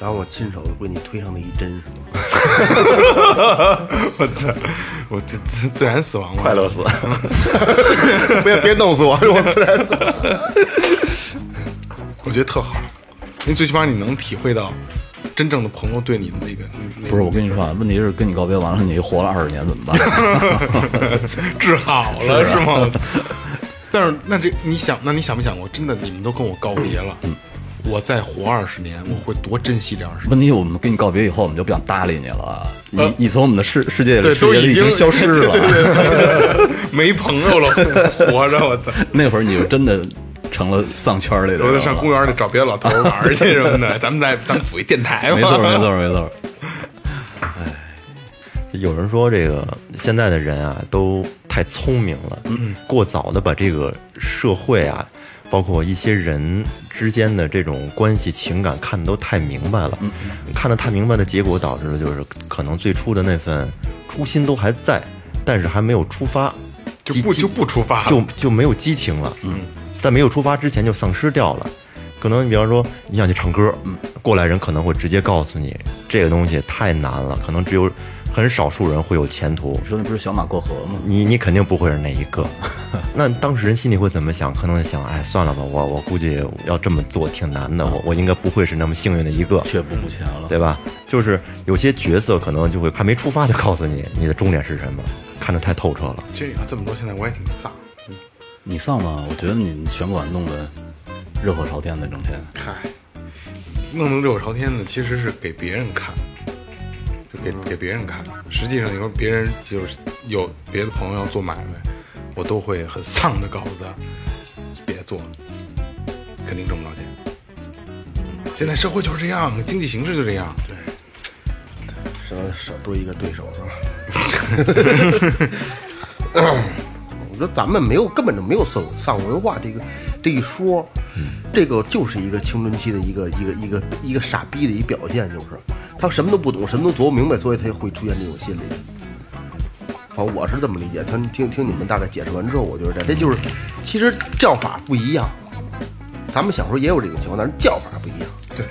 [SPEAKER 6] 然后我亲手为你推上了一针，是吗？
[SPEAKER 2] 我操！我这自自然死亡嘛，
[SPEAKER 3] 快乐死！
[SPEAKER 6] 别别弄死我，我自然死。
[SPEAKER 2] 我觉得特好，因为最起码你能体会到真正的朋友对你的那个，那
[SPEAKER 1] 不是，我跟你说啊，问题是跟你告别完了，你活了二十年怎么办？ *laughs*
[SPEAKER 2] 治好了
[SPEAKER 1] 啊
[SPEAKER 2] 是吗？但是那这你想，那你想没想过，真的你们都跟我告别了，
[SPEAKER 1] 嗯
[SPEAKER 2] 我再活二十年，我会多珍惜这二十年。
[SPEAKER 1] 问题我们跟你告别以后，我们就不想搭理你了啊。你你从我们的世世界里
[SPEAKER 2] 呃对，
[SPEAKER 1] 世
[SPEAKER 2] 都
[SPEAKER 1] 界里
[SPEAKER 2] 已
[SPEAKER 1] 已经消失
[SPEAKER 2] *laughs* 对
[SPEAKER 1] 了。
[SPEAKER 2] 对对对没朋友了，活着我操！
[SPEAKER 1] *laughs* 那会儿你就真的成了丧圈里的人了。
[SPEAKER 2] 我得上公园里找别的老头玩儿去什
[SPEAKER 1] *laughs*
[SPEAKER 2] 么的，咱们来，咱们组一电台吧。
[SPEAKER 1] 没错没错
[SPEAKER 2] *laughs*
[SPEAKER 1] 没错，
[SPEAKER 3] 有人说这个现在的人啊，都太聪明了，
[SPEAKER 2] 嗯
[SPEAKER 3] 过早的把这个社会啊，包括一些人之间的这种关系、情感看得都太明白
[SPEAKER 2] 嗯
[SPEAKER 3] 了，看得太明白的结果导致的就是，可能最初的那份初心都还在，但是还没有出发，
[SPEAKER 2] 就
[SPEAKER 3] 激
[SPEAKER 2] 不
[SPEAKER 3] 激
[SPEAKER 2] 就不出发了，
[SPEAKER 3] *laughs* 就就没有激情了。嗯，在没有出发之前就丧失掉了。可能你比方说你想去唱歌，嗯，过来人可能会直接告诉你这个东西太难了，可能只有很少数人会有前途
[SPEAKER 1] 你。说那不是小马过河吗？
[SPEAKER 3] 你你肯定不会是那一个， *laughs* 那当事人心里会怎么想？可能想，哎，算了吧，我我估计要这么做挺难的，我我应该不会是那么幸运的一个。
[SPEAKER 1] 却步不前了。
[SPEAKER 3] 对吧？就是有些角色可能就会还没出发就告诉你你的终点是什么，看得太透彻了。
[SPEAKER 2] 其实你要这么说，现在我也挺丧。
[SPEAKER 1] 你丧吗？我觉得你选管弄得热火朝天的，整天。
[SPEAKER 2] 嗨，弄成热火朝天的其实是给别人看，就给给别人看。实际上，你说别人就是有别的朋友要做买卖，我都会很丧的告诉他，别做，肯定挣不着钱。现在社会就是这样，经济形势就这样。对，
[SPEAKER 6] 少少多一个对手是吧？我觉得咱们没有根本就没有丧丧文化这个这一说，这个就是一个青春期的一个一个一个一个傻逼的一表现，就是他什么都不懂，什么都琢磨不明白，所以他就会出现这种心理。反正我是这么理解，听听听你们大概解释完之后，我觉得这这就是，其实叫法不一样。咱们小时候也有这种情况，但是叫法不一样。呃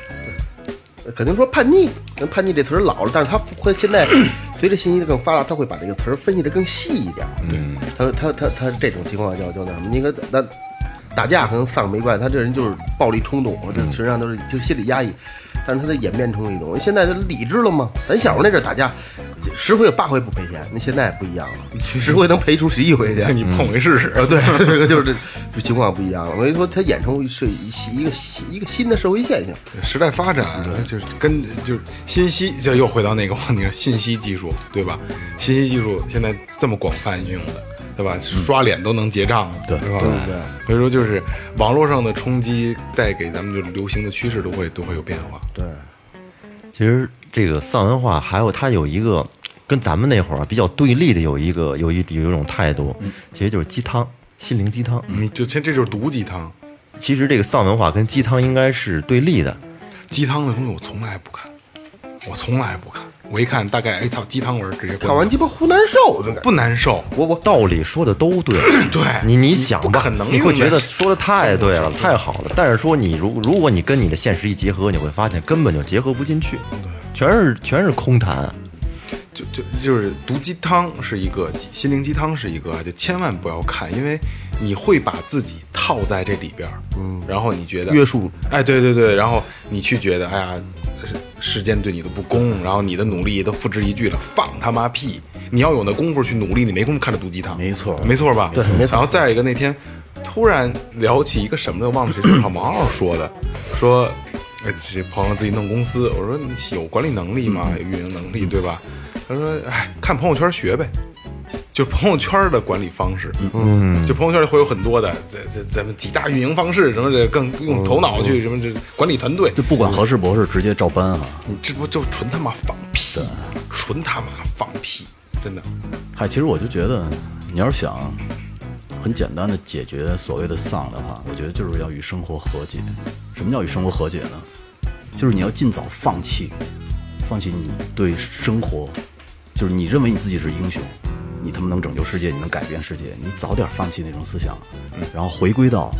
[SPEAKER 6] 肯定说叛逆，那叛逆这词儿老了，但是他会现在 *coughs* 随着信息的更发达，他会把这个词儿分析的更细一点。对，
[SPEAKER 2] 嗯
[SPEAKER 6] 他他他他这种情况叫叫那什么？你看那打架可能丧没关系，他这人就是暴力冲动，
[SPEAKER 2] 嗯
[SPEAKER 6] 这实际上都是就是心理压抑，但是他的演变成一种现在就理智了吗？咱小时候那阵儿打架，十回有八回不赔钱，那现在不一样
[SPEAKER 2] *laughs*
[SPEAKER 6] 了，十回能赔出十一回去。
[SPEAKER 2] *laughs* 你碰回试试。
[SPEAKER 6] 啊，对， *laughs* 这个就是这情况不一样了。所以说，它演成是一个一个新的社会现象。
[SPEAKER 2] 时代发展就是跟就是信息，这又回到那个 *laughs* 话题了，信息技术对吧？信息技术现在这么广泛应用的，对吧？刷脸都能结账了，嗯对吧？对对。所以说，就是网络上的冲击带给咱们就流行的趋势都会都会有变化。
[SPEAKER 6] 对。
[SPEAKER 3] 其实这个丧文化还有它有一个跟咱们那会儿比较对立的有一个有一有一种态度，其实就是鸡汤，心灵鸡汤。
[SPEAKER 2] 嗯，就这这就是毒鸡汤，
[SPEAKER 3] 其实这个丧文化跟鸡汤应该是对立的，
[SPEAKER 2] 鸡汤的东西我从来不看，我从来不看，我一看大概哎操鸡汤文直接关
[SPEAKER 6] 看完
[SPEAKER 2] 掉
[SPEAKER 6] 鸡巴湖南瘦，就感觉
[SPEAKER 2] 不难受，
[SPEAKER 3] 我我道理说的都对，
[SPEAKER 2] 对
[SPEAKER 3] 你你想吧，
[SPEAKER 2] 不可能
[SPEAKER 3] 你会
[SPEAKER 2] 用在
[SPEAKER 3] 觉得说的太对了，太好了。但是说你如如果你跟你的现实一结合，你会发现根本就结合不进去，全是全是空谈。
[SPEAKER 2] 就就就是毒鸡汤是一个，心灵鸡汤是一个，啊就千万不要看，因为你会把自己套在这里边儿，嗯，然后你觉得
[SPEAKER 6] 约束，
[SPEAKER 2] 哎，对对对，然后你去觉得，哎呀，世世间对你的不公，然后你的努力都付之一炬了，放他妈屁！你要有那功夫去努力，你没工夫看这毒鸡汤，
[SPEAKER 1] 没错
[SPEAKER 2] 没错吧？对，
[SPEAKER 6] 没错
[SPEAKER 2] 然后再一个那天突然聊起一个什么的，忘了谁是好毛毛说的，说。哎这朋友自己弄公司，我说你有管理能力吗？有运营能力对吧？他说：“哎，看朋友圈学呗，就朋友圈的管理方式。嗯，就朋友圈里会有很多的，这这咱们几大运营方式什么的，更用头脑去什么这管理团队，
[SPEAKER 1] 就不管合适不合适，直接照搬啊！
[SPEAKER 2] 你这不就纯他妈放屁，纯他妈放屁，真的。
[SPEAKER 1] 嗨，其实我就觉得，你要是想很简单的解决所谓的丧的话，我觉得就是要与生活和解。什么叫与生活和解呢？就是你要尽早放弃，放弃你对生活，就是你认为你自己是英雄，你他妈能拯救世界，你能改变世界，你早点放弃那种思想，然后回归到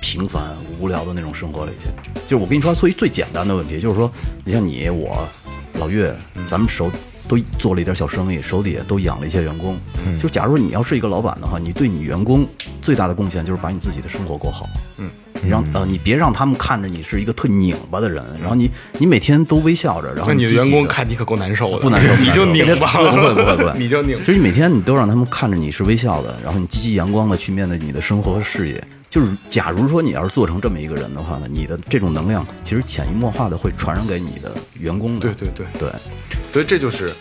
[SPEAKER 1] 平凡无聊的那种生活里去。就是我跟你说，所以最简单的问题就是说，你像你我老岳，咱们手都做了一点小生意，手底下都养了一些员工。就假如你要是一个老板的话，你对你员工最大的贡献就是把你自己的生活过好。嗯。让呃，你别让他们看着你是一个特拧巴的人，然后你你每天都微笑着，然后
[SPEAKER 2] 啊那你的
[SPEAKER 1] 积极
[SPEAKER 2] 员工看你可够难受的，
[SPEAKER 1] 不难受，
[SPEAKER 2] 你就拧吧，
[SPEAKER 1] 不会不会不会，
[SPEAKER 2] *laughs* 你就拧。
[SPEAKER 1] 所以每天你都让他们看着你是微笑的，然后你积极阳光的去面对你的生活和事业。就是假如说你要是做成这么一个人的话呢，你的这种能量其实潜移默化的会传染给你的员工的。
[SPEAKER 2] 对对对
[SPEAKER 1] 对，
[SPEAKER 2] 所以这就是，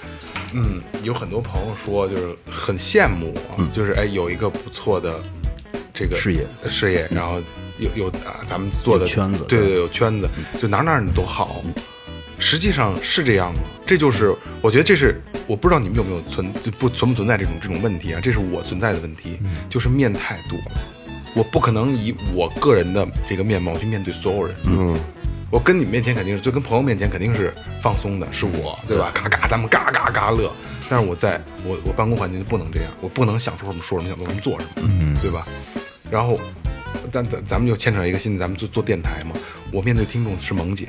[SPEAKER 2] 嗯，有很多朋友说就是很羡慕我，就是哎有一个不错的这个
[SPEAKER 1] 嗯事业
[SPEAKER 2] 事业，然后有有啊咱们做的
[SPEAKER 1] 有圈子
[SPEAKER 2] 对
[SPEAKER 1] 对
[SPEAKER 2] 对有圈子，就哪哪儿你都好。实际上是这样吗？这就是我觉得这是我不知道你们有没有存就不存不存在这种这种问题啊？这是我存在的问题，就是面太多了。我不可能以我个人的这个面貌去面对所有人，嗯，我跟你面前肯定是，就跟朋友面前肯定是放松的，是我，对吧？嘎嘎，咱们嘎嘎嘎乐。但是我在我我办公环境就不能这样，我不能想说什么说什么，想做什么做什么，嗯，对吧？然后，但咱咱们就牵扯一个新的，咱们做做电台嘛，我面对听众是萌姐，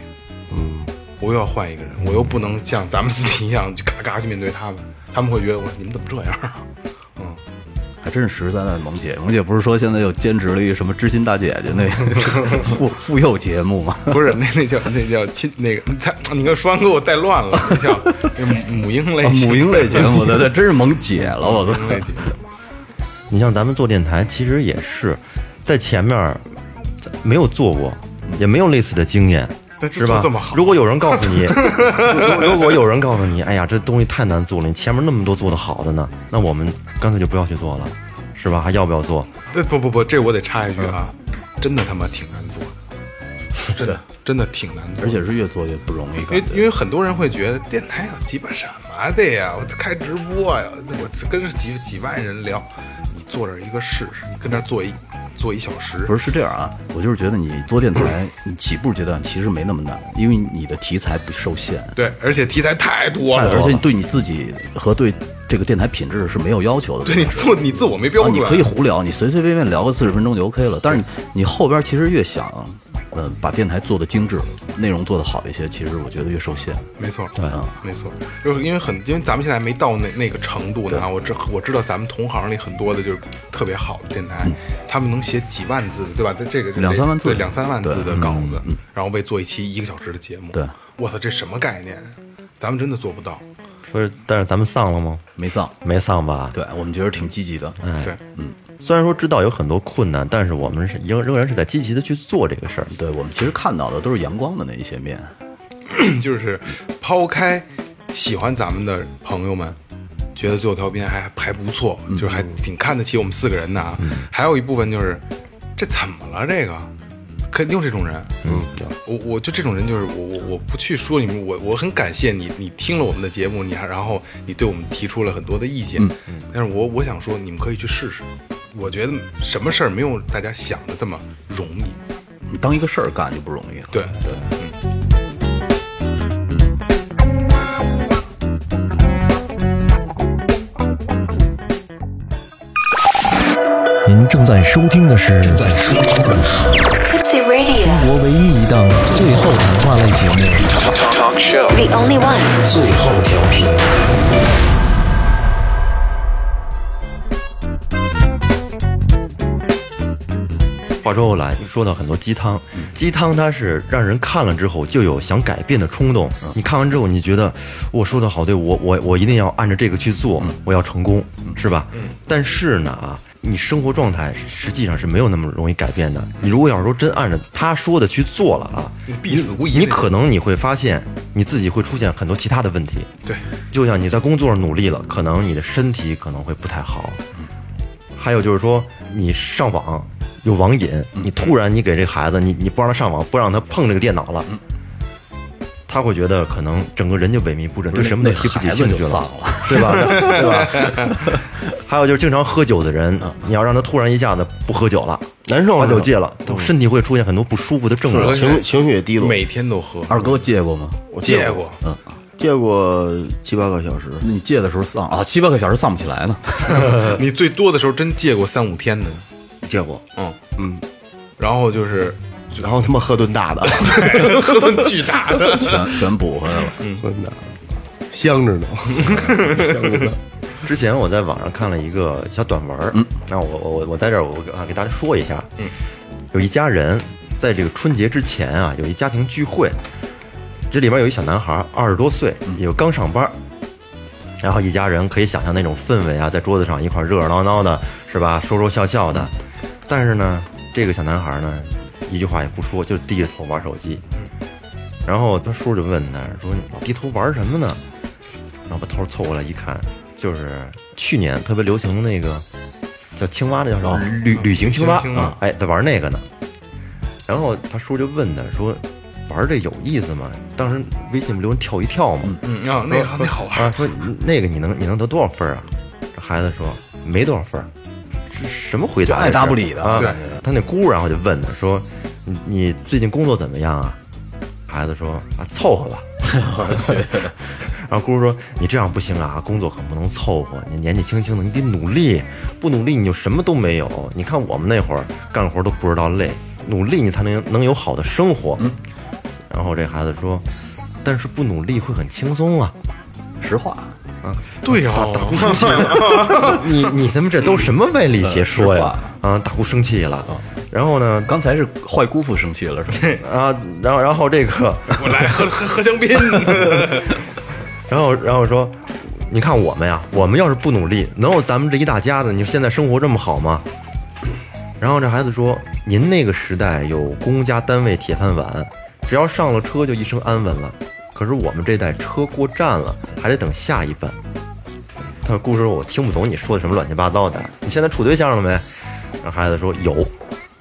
[SPEAKER 1] 嗯
[SPEAKER 2] 我又要换一个人，我又不能像咱们自己一样就嘎嘎去面对他们，他们会觉得我说你们怎么这样啊？
[SPEAKER 1] 还真是实实在在的萌姐。萌姐不是说现在又兼职了一个什么知心大姐姐那
[SPEAKER 2] *laughs*
[SPEAKER 1] 个妇妇幼节目吗？
[SPEAKER 2] *laughs* 不是，那那叫那叫亲那个，你看你看双哥我带乱了，那叫那母母婴类
[SPEAKER 1] 啊
[SPEAKER 2] 型
[SPEAKER 1] 母婴类节目，对对，真是萌姐了，我操！
[SPEAKER 2] 哎母婴类节目
[SPEAKER 3] 你像咱们做电台，其实也是在前面儿没有做过，也没有类似的经验，
[SPEAKER 2] 那这
[SPEAKER 3] 是吧
[SPEAKER 2] 做这么好？
[SPEAKER 3] 如果有人告
[SPEAKER 2] *laughs*
[SPEAKER 3] 诉你，如如果有人告诉你，哎呀，这东西太难做了，你前面那么多做的好的呢，那我们干脆就不要去做了，是吧？还要不要做？
[SPEAKER 2] 呃不不不，这我得插一句啊，真的他妈挺难做的，真的真的挺难做的，
[SPEAKER 1] 而且是越做越不容易，
[SPEAKER 2] 因
[SPEAKER 1] 感
[SPEAKER 2] 为
[SPEAKER 1] 觉
[SPEAKER 2] 因为很多人会觉得电台有鸡巴什么的呀，我开直播呀，我跟着几几万人聊，你坐这儿一个试试，你跟这儿坐一坐一小时，
[SPEAKER 1] 不是是这样啊，我就是觉得你做电台，你起步阶段其实没那么难，因为你的题材不受限，
[SPEAKER 2] 对，而且题材太多了，
[SPEAKER 1] 而且你对你自己和对这个电台品质是没有要求的。
[SPEAKER 2] 对你自你自我没标
[SPEAKER 1] 啊，
[SPEAKER 2] 准，
[SPEAKER 1] 你可以胡聊，你随随便便聊个四十分钟就 OK 了。但是你你后边其实越想，呃，把电台做的精致，内容做的好一些，其实我觉得越受限。
[SPEAKER 2] 没错，
[SPEAKER 3] 对
[SPEAKER 2] 嗯没错，就是因为很，因为咱们现在没到那那个程度呢。我知我知道咱们同行里很多的就是特别好的电台，他们能写几万字的，对吧？在这个
[SPEAKER 1] 嗯两三万字
[SPEAKER 2] 对两三万字
[SPEAKER 1] 对嗯
[SPEAKER 2] 的稿子，然后为做一期一个小时的节目，
[SPEAKER 1] 对，
[SPEAKER 2] 我操，这什么概念？咱们真的做不到。
[SPEAKER 3] 所以，但是咱们丧了吗？
[SPEAKER 1] 没丧，
[SPEAKER 3] 没丧吧？
[SPEAKER 1] 对我们觉得挺积极的。
[SPEAKER 3] 嗯
[SPEAKER 2] 对，
[SPEAKER 3] 虽然说知道有很多困难，但是我们是仍仍然是在积极的去做这个事儿。
[SPEAKER 1] 对我们其实看到的都是阳光的那一些面，
[SPEAKER 2] 就是抛开喜欢咱们的朋友们，觉得最后调频还还不错，
[SPEAKER 6] 嗯
[SPEAKER 2] 就是还挺看得起我们四个人的啊。还有一部分就是，这怎么了？这个肯定有这种人，嗯，我我就这种人就是我我我不去说你们，我我很感谢你，你听了我们的节目，你还然后你对我们提出了很多的意
[SPEAKER 6] 嗯
[SPEAKER 2] 见，但是我我想说，你们可以去试试。我觉得什么事儿没有大家想的这么容易，
[SPEAKER 1] 你当一个事儿干就不容易了。
[SPEAKER 2] 对对。
[SPEAKER 5] 您正在收听的是正在收听的是
[SPEAKER 7] Tipsy Radio,
[SPEAKER 5] 中国唯一一档最后谈话类节目
[SPEAKER 7] the only
[SPEAKER 5] 《
[SPEAKER 7] one.
[SPEAKER 5] 最后调频》。
[SPEAKER 3] 话说回来，说到很多鸡汤，
[SPEAKER 2] 嗯
[SPEAKER 3] 鸡汤它是让人看了之后就有想改变的冲动。
[SPEAKER 2] 嗯
[SPEAKER 3] 你看完之后，你觉得我说的好对，我我我一定要按照这个去做，
[SPEAKER 2] 嗯
[SPEAKER 3] 我要成功，是吧？但是呢啊，你生活状态实际上是没有那么容易改变的。你如果要是说真按照他说的去做了啊，
[SPEAKER 2] 你必死无疑
[SPEAKER 3] 你你
[SPEAKER 2] 那种
[SPEAKER 3] 可能你会发现你自己会出现很多其他的问题。
[SPEAKER 2] 对，
[SPEAKER 3] 就像你在工作上努力了，可能你的身体可能会不太好。还有就是说，你上网有网瘾，
[SPEAKER 1] 嗯
[SPEAKER 3] 你突然你给这孩子，你你不让他上网，不让他碰这个电脑了，
[SPEAKER 1] 嗯
[SPEAKER 3] 他会觉得可能整个人就萎靡不振，
[SPEAKER 1] 不
[SPEAKER 3] 对
[SPEAKER 1] 是
[SPEAKER 3] 什么
[SPEAKER 1] 那
[SPEAKER 3] 都提不起
[SPEAKER 1] 孩子
[SPEAKER 3] 兴
[SPEAKER 1] 就
[SPEAKER 3] 趣
[SPEAKER 1] 丧了。
[SPEAKER 3] 了，对吧？
[SPEAKER 1] *laughs*
[SPEAKER 3] 对吧？还有就是经常喝酒的人，
[SPEAKER 1] 嗯
[SPEAKER 3] 你要让他突然一下子不喝酒了，难受，把酒戒了，
[SPEAKER 1] 嗯
[SPEAKER 3] 他身体会出现很多不舒服的症状。
[SPEAKER 6] 情情绪也低落。
[SPEAKER 2] 每天都喝，
[SPEAKER 1] 二哥借过吗？
[SPEAKER 6] 我
[SPEAKER 2] 借过，
[SPEAKER 6] 借借过七八个小时，
[SPEAKER 1] 那你借的时候丧啊，七八个小时丧不起来呢。
[SPEAKER 2] 你最多的时候真借过三五天的，
[SPEAKER 6] 借过，
[SPEAKER 2] 嗯，
[SPEAKER 6] 嗯，
[SPEAKER 2] 然后就是
[SPEAKER 6] 然后他妈喝顿大
[SPEAKER 2] *laughs*
[SPEAKER 6] 的，
[SPEAKER 2] 喝顿巨大的，
[SPEAKER 1] *laughs* *laughs* 全全补回来了。
[SPEAKER 6] 喝顿大的，香着
[SPEAKER 2] *laughs*
[SPEAKER 6] 呢，香着呢，
[SPEAKER 3] 之前我在网上看了一个小短文儿，那我我我我在这儿我啊给大家说一下，嗯，有一家人在这个春节之前啊，有一家庭聚会，这里面有一小男孩，二十多岁，也刚上班儿，然后一家人可以想象那种氛围啊，在桌子上一块儿热热闹闹的，是吧？说说笑笑的，但是呢，这个小男孩呢，一句话也不说，就低着头玩手机。然后他叔就问他说：“你老低头玩什么呢？”然后把头凑过来一看，就是去年特别流行的那个叫青蛙，那叫什么？旅旅行青蛙
[SPEAKER 2] 旅行青蛙
[SPEAKER 3] 啊！哎，在玩那个呢。然后他叔就问他说：“玩这有意思吗？”当时微信不留人跳一跳吗？
[SPEAKER 2] *laughs* 嗯啊，那那好玩，
[SPEAKER 3] 啊，说那个你能你能得多少分啊？这孩子说没多少分儿，这什么回答
[SPEAKER 1] 就
[SPEAKER 3] 这是？
[SPEAKER 1] 爱答不理的
[SPEAKER 3] 啊
[SPEAKER 2] 对！
[SPEAKER 3] 他那姑然后就问他说：“你你最近工作怎么样啊？”孩子说：“啊，
[SPEAKER 1] *laughs*
[SPEAKER 3] 凑合吧。”然后姑说：“你这样不行啊，工作可不能凑合。你年纪轻轻的，你得努力，不努力你就什么都没有。你看我们那会儿干活都不知道累，努力你才能能有好的生活。
[SPEAKER 1] 嗯
[SPEAKER 3] 然后这孩子说：“但是不努力会很轻松啊。”
[SPEAKER 1] 实话，
[SPEAKER 2] 对哦呀，
[SPEAKER 3] *laughs* 你你他妈这都什么歪理邪说呀？啊，大姑生气了，然后呢，
[SPEAKER 1] 刚才是坏姑父生气了是吧？
[SPEAKER 3] 啊，然后然后这个，
[SPEAKER 2] *laughs* 我来喝喝喝香槟，
[SPEAKER 3] *laughs* 然后然后说，你看我们呀，我们要是不努力，能有咱们这一大家子，你现在生活这么好吗？然后这孩子说，您那个时代有公家单位铁饭碗，只要上了车就一生安稳了。可是我们这代车过站了，还得等下一班。他说：“姑说我听不懂你说的什么乱七八糟的。你现在处对象了没？”然后孩子说：“有。”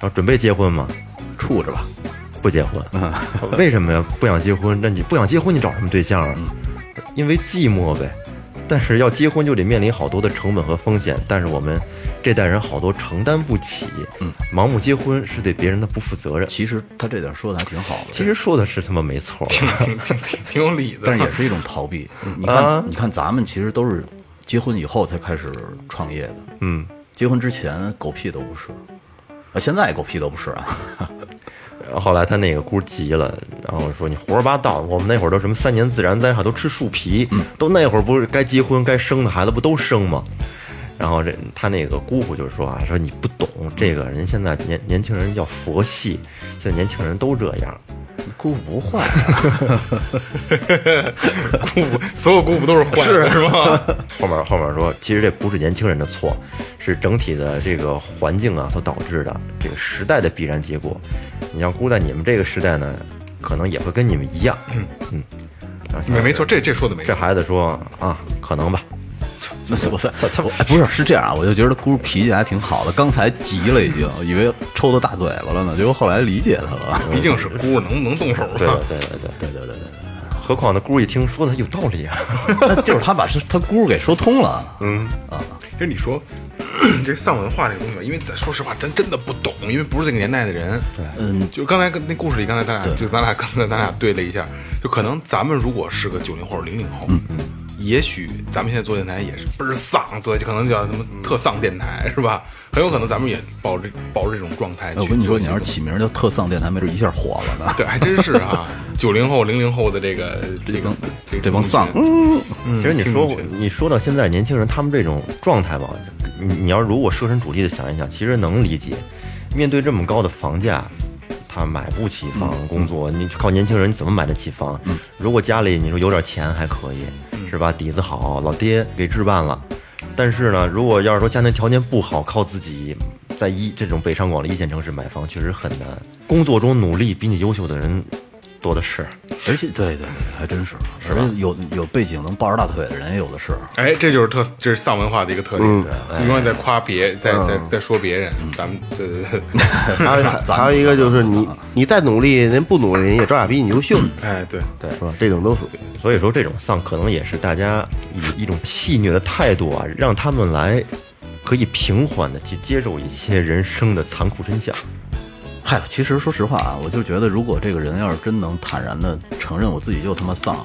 [SPEAKER 3] 然后准备结婚吗？
[SPEAKER 1] 处着吧，
[SPEAKER 3] 不结婚，
[SPEAKER 1] 嗯
[SPEAKER 3] *laughs* 为什么呀？不想结婚？那你不想结婚，你找什么对象啊？
[SPEAKER 1] 嗯
[SPEAKER 3] 因为寂寞呗。但是要结婚就得面临好多的成本和风险，但是我们这代人好多承担不起，盲目结婚是对别人的不负责任。
[SPEAKER 1] 嗯其实他这点说的还挺好的，
[SPEAKER 3] 其实说的是他妈没错，
[SPEAKER 2] 挺挺挺挺有理的，
[SPEAKER 1] 但是也是一种逃 *laughs* 避。你
[SPEAKER 3] 啊
[SPEAKER 1] 看，你看咱们其实都是结婚以后才开始创业的，
[SPEAKER 3] 嗯，
[SPEAKER 1] 结婚之前狗屁都不是，啊，现在也狗屁都不是啊。
[SPEAKER 3] 然后后来他那个姑急了，然后说你胡说八道，我们那会儿都什么三年自然灾害，都吃树皮，都那会儿不是该结婚该生的孩子不都生吗？然后这他那个姑父就说啊，说你不懂这个人，现在年年轻人叫佛系，现在年轻人都这样。
[SPEAKER 1] *laughs* 姑父不坏、
[SPEAKER 2] 姑父， *laughs* 所有姑父都是坏的，是吗？
[SPEAKER 3] 后面后面说，其实这不是年轻人的错，是整体的这个环境啊所导致的，这个时代的必然结果。你要估在你们这个时代呢，可能也会跟你们一样，嗯嗯。然后
[SPEAKER 2] 没没错，这这说的没
[SPEAKER 3] 这 *laughs*
[SPEAKER 2] 错，
[SPEAKER 3] 孩子说啊，可能吧。
[SPEAKER 1] *laughs* 我操，我哎不是是这样啊，我就觉得姑脾气还挺好的，刚才急了已经，以为抽他大嘴巴了呢，结果后来理解他了。
[SPEAKER 2] 毕竟是姑，能能动手
[SPEAKER 3] 对
[SPEAKER 2] 吗
[SPEAKER 3] 的？对的对的对对对对。何况那姑一听说的有道理啊，
[SPEAKER 1] *laughs* 那就是他把他姑给说通了，嗯，
[SPEAKER 2] 其实你说 *coughs* 这丧文化这个东西吧，因为咱说实话，咱真的不懂，因为不是这个年代的人。对，嗯，就刚才跟那故事里，刚才咱俩就咱俩刚才咱俩对了一下，就可能咱们如果是个九零后、零零后，嗯嗯，也许咱们现在做电台也是倍儿丧，做可能叫什么特丧电台是吧？很有可能咱们也抱着抱着这种状态去。
[SPEAKER 1] 哎我跟你说，你要是起名叫特丧电台，没准一下火了呢。
[SPEAKER 2] 对，还真是啊，九零后、零零后的这个这个这个
[SPEAKER 1] 这帮丧
[SPEAKER 2] 东西
[SPEAKER 3] 嗯
[SPEAKER 2] 嗯
[SPEAKER 3] 其实你说你说到现在年轻人他们这种状态吧，你你要如果设身处地的想一想，其实能理解。面对这么高的房价，他买不起房，工作你靠年轻人你怎么买得起房？如果家里你说有点钱还可以，是吧？底子好，老爹给置办了。但是呢，如果要是说家庭条件不好，靠自己在一这种北上广的一线城市买房确实很难。工作中努力比你优秀的人多的是。
[SPEAKER 1] *laughs* 而且，对对对，还真是，而且有有背景能抱着大腿的人也有的是。
[SPEAKER 2] 哎，这就是特，这是丧文化的一个特点，永远在夸别，在在在说别人，咱们对对对，
[SPEAKER 6] 还有还有一个就是你你再努力，人不努力人也照样比你优秀，
[SPEAKER 2] 哎对，
[SPEAKER 6] 是吧？这种都属于。
[SPEAKER 3] 所以说，这种丧可能也是大家以一种戏谑的态度啊，让他们来可以平缓的去接受一些人生的残酷真相。
[SPEAKER 1] 嗨，其实说实话啊，我就觉得，如果这个人要是真能坦然的承认我自己就他妈丧，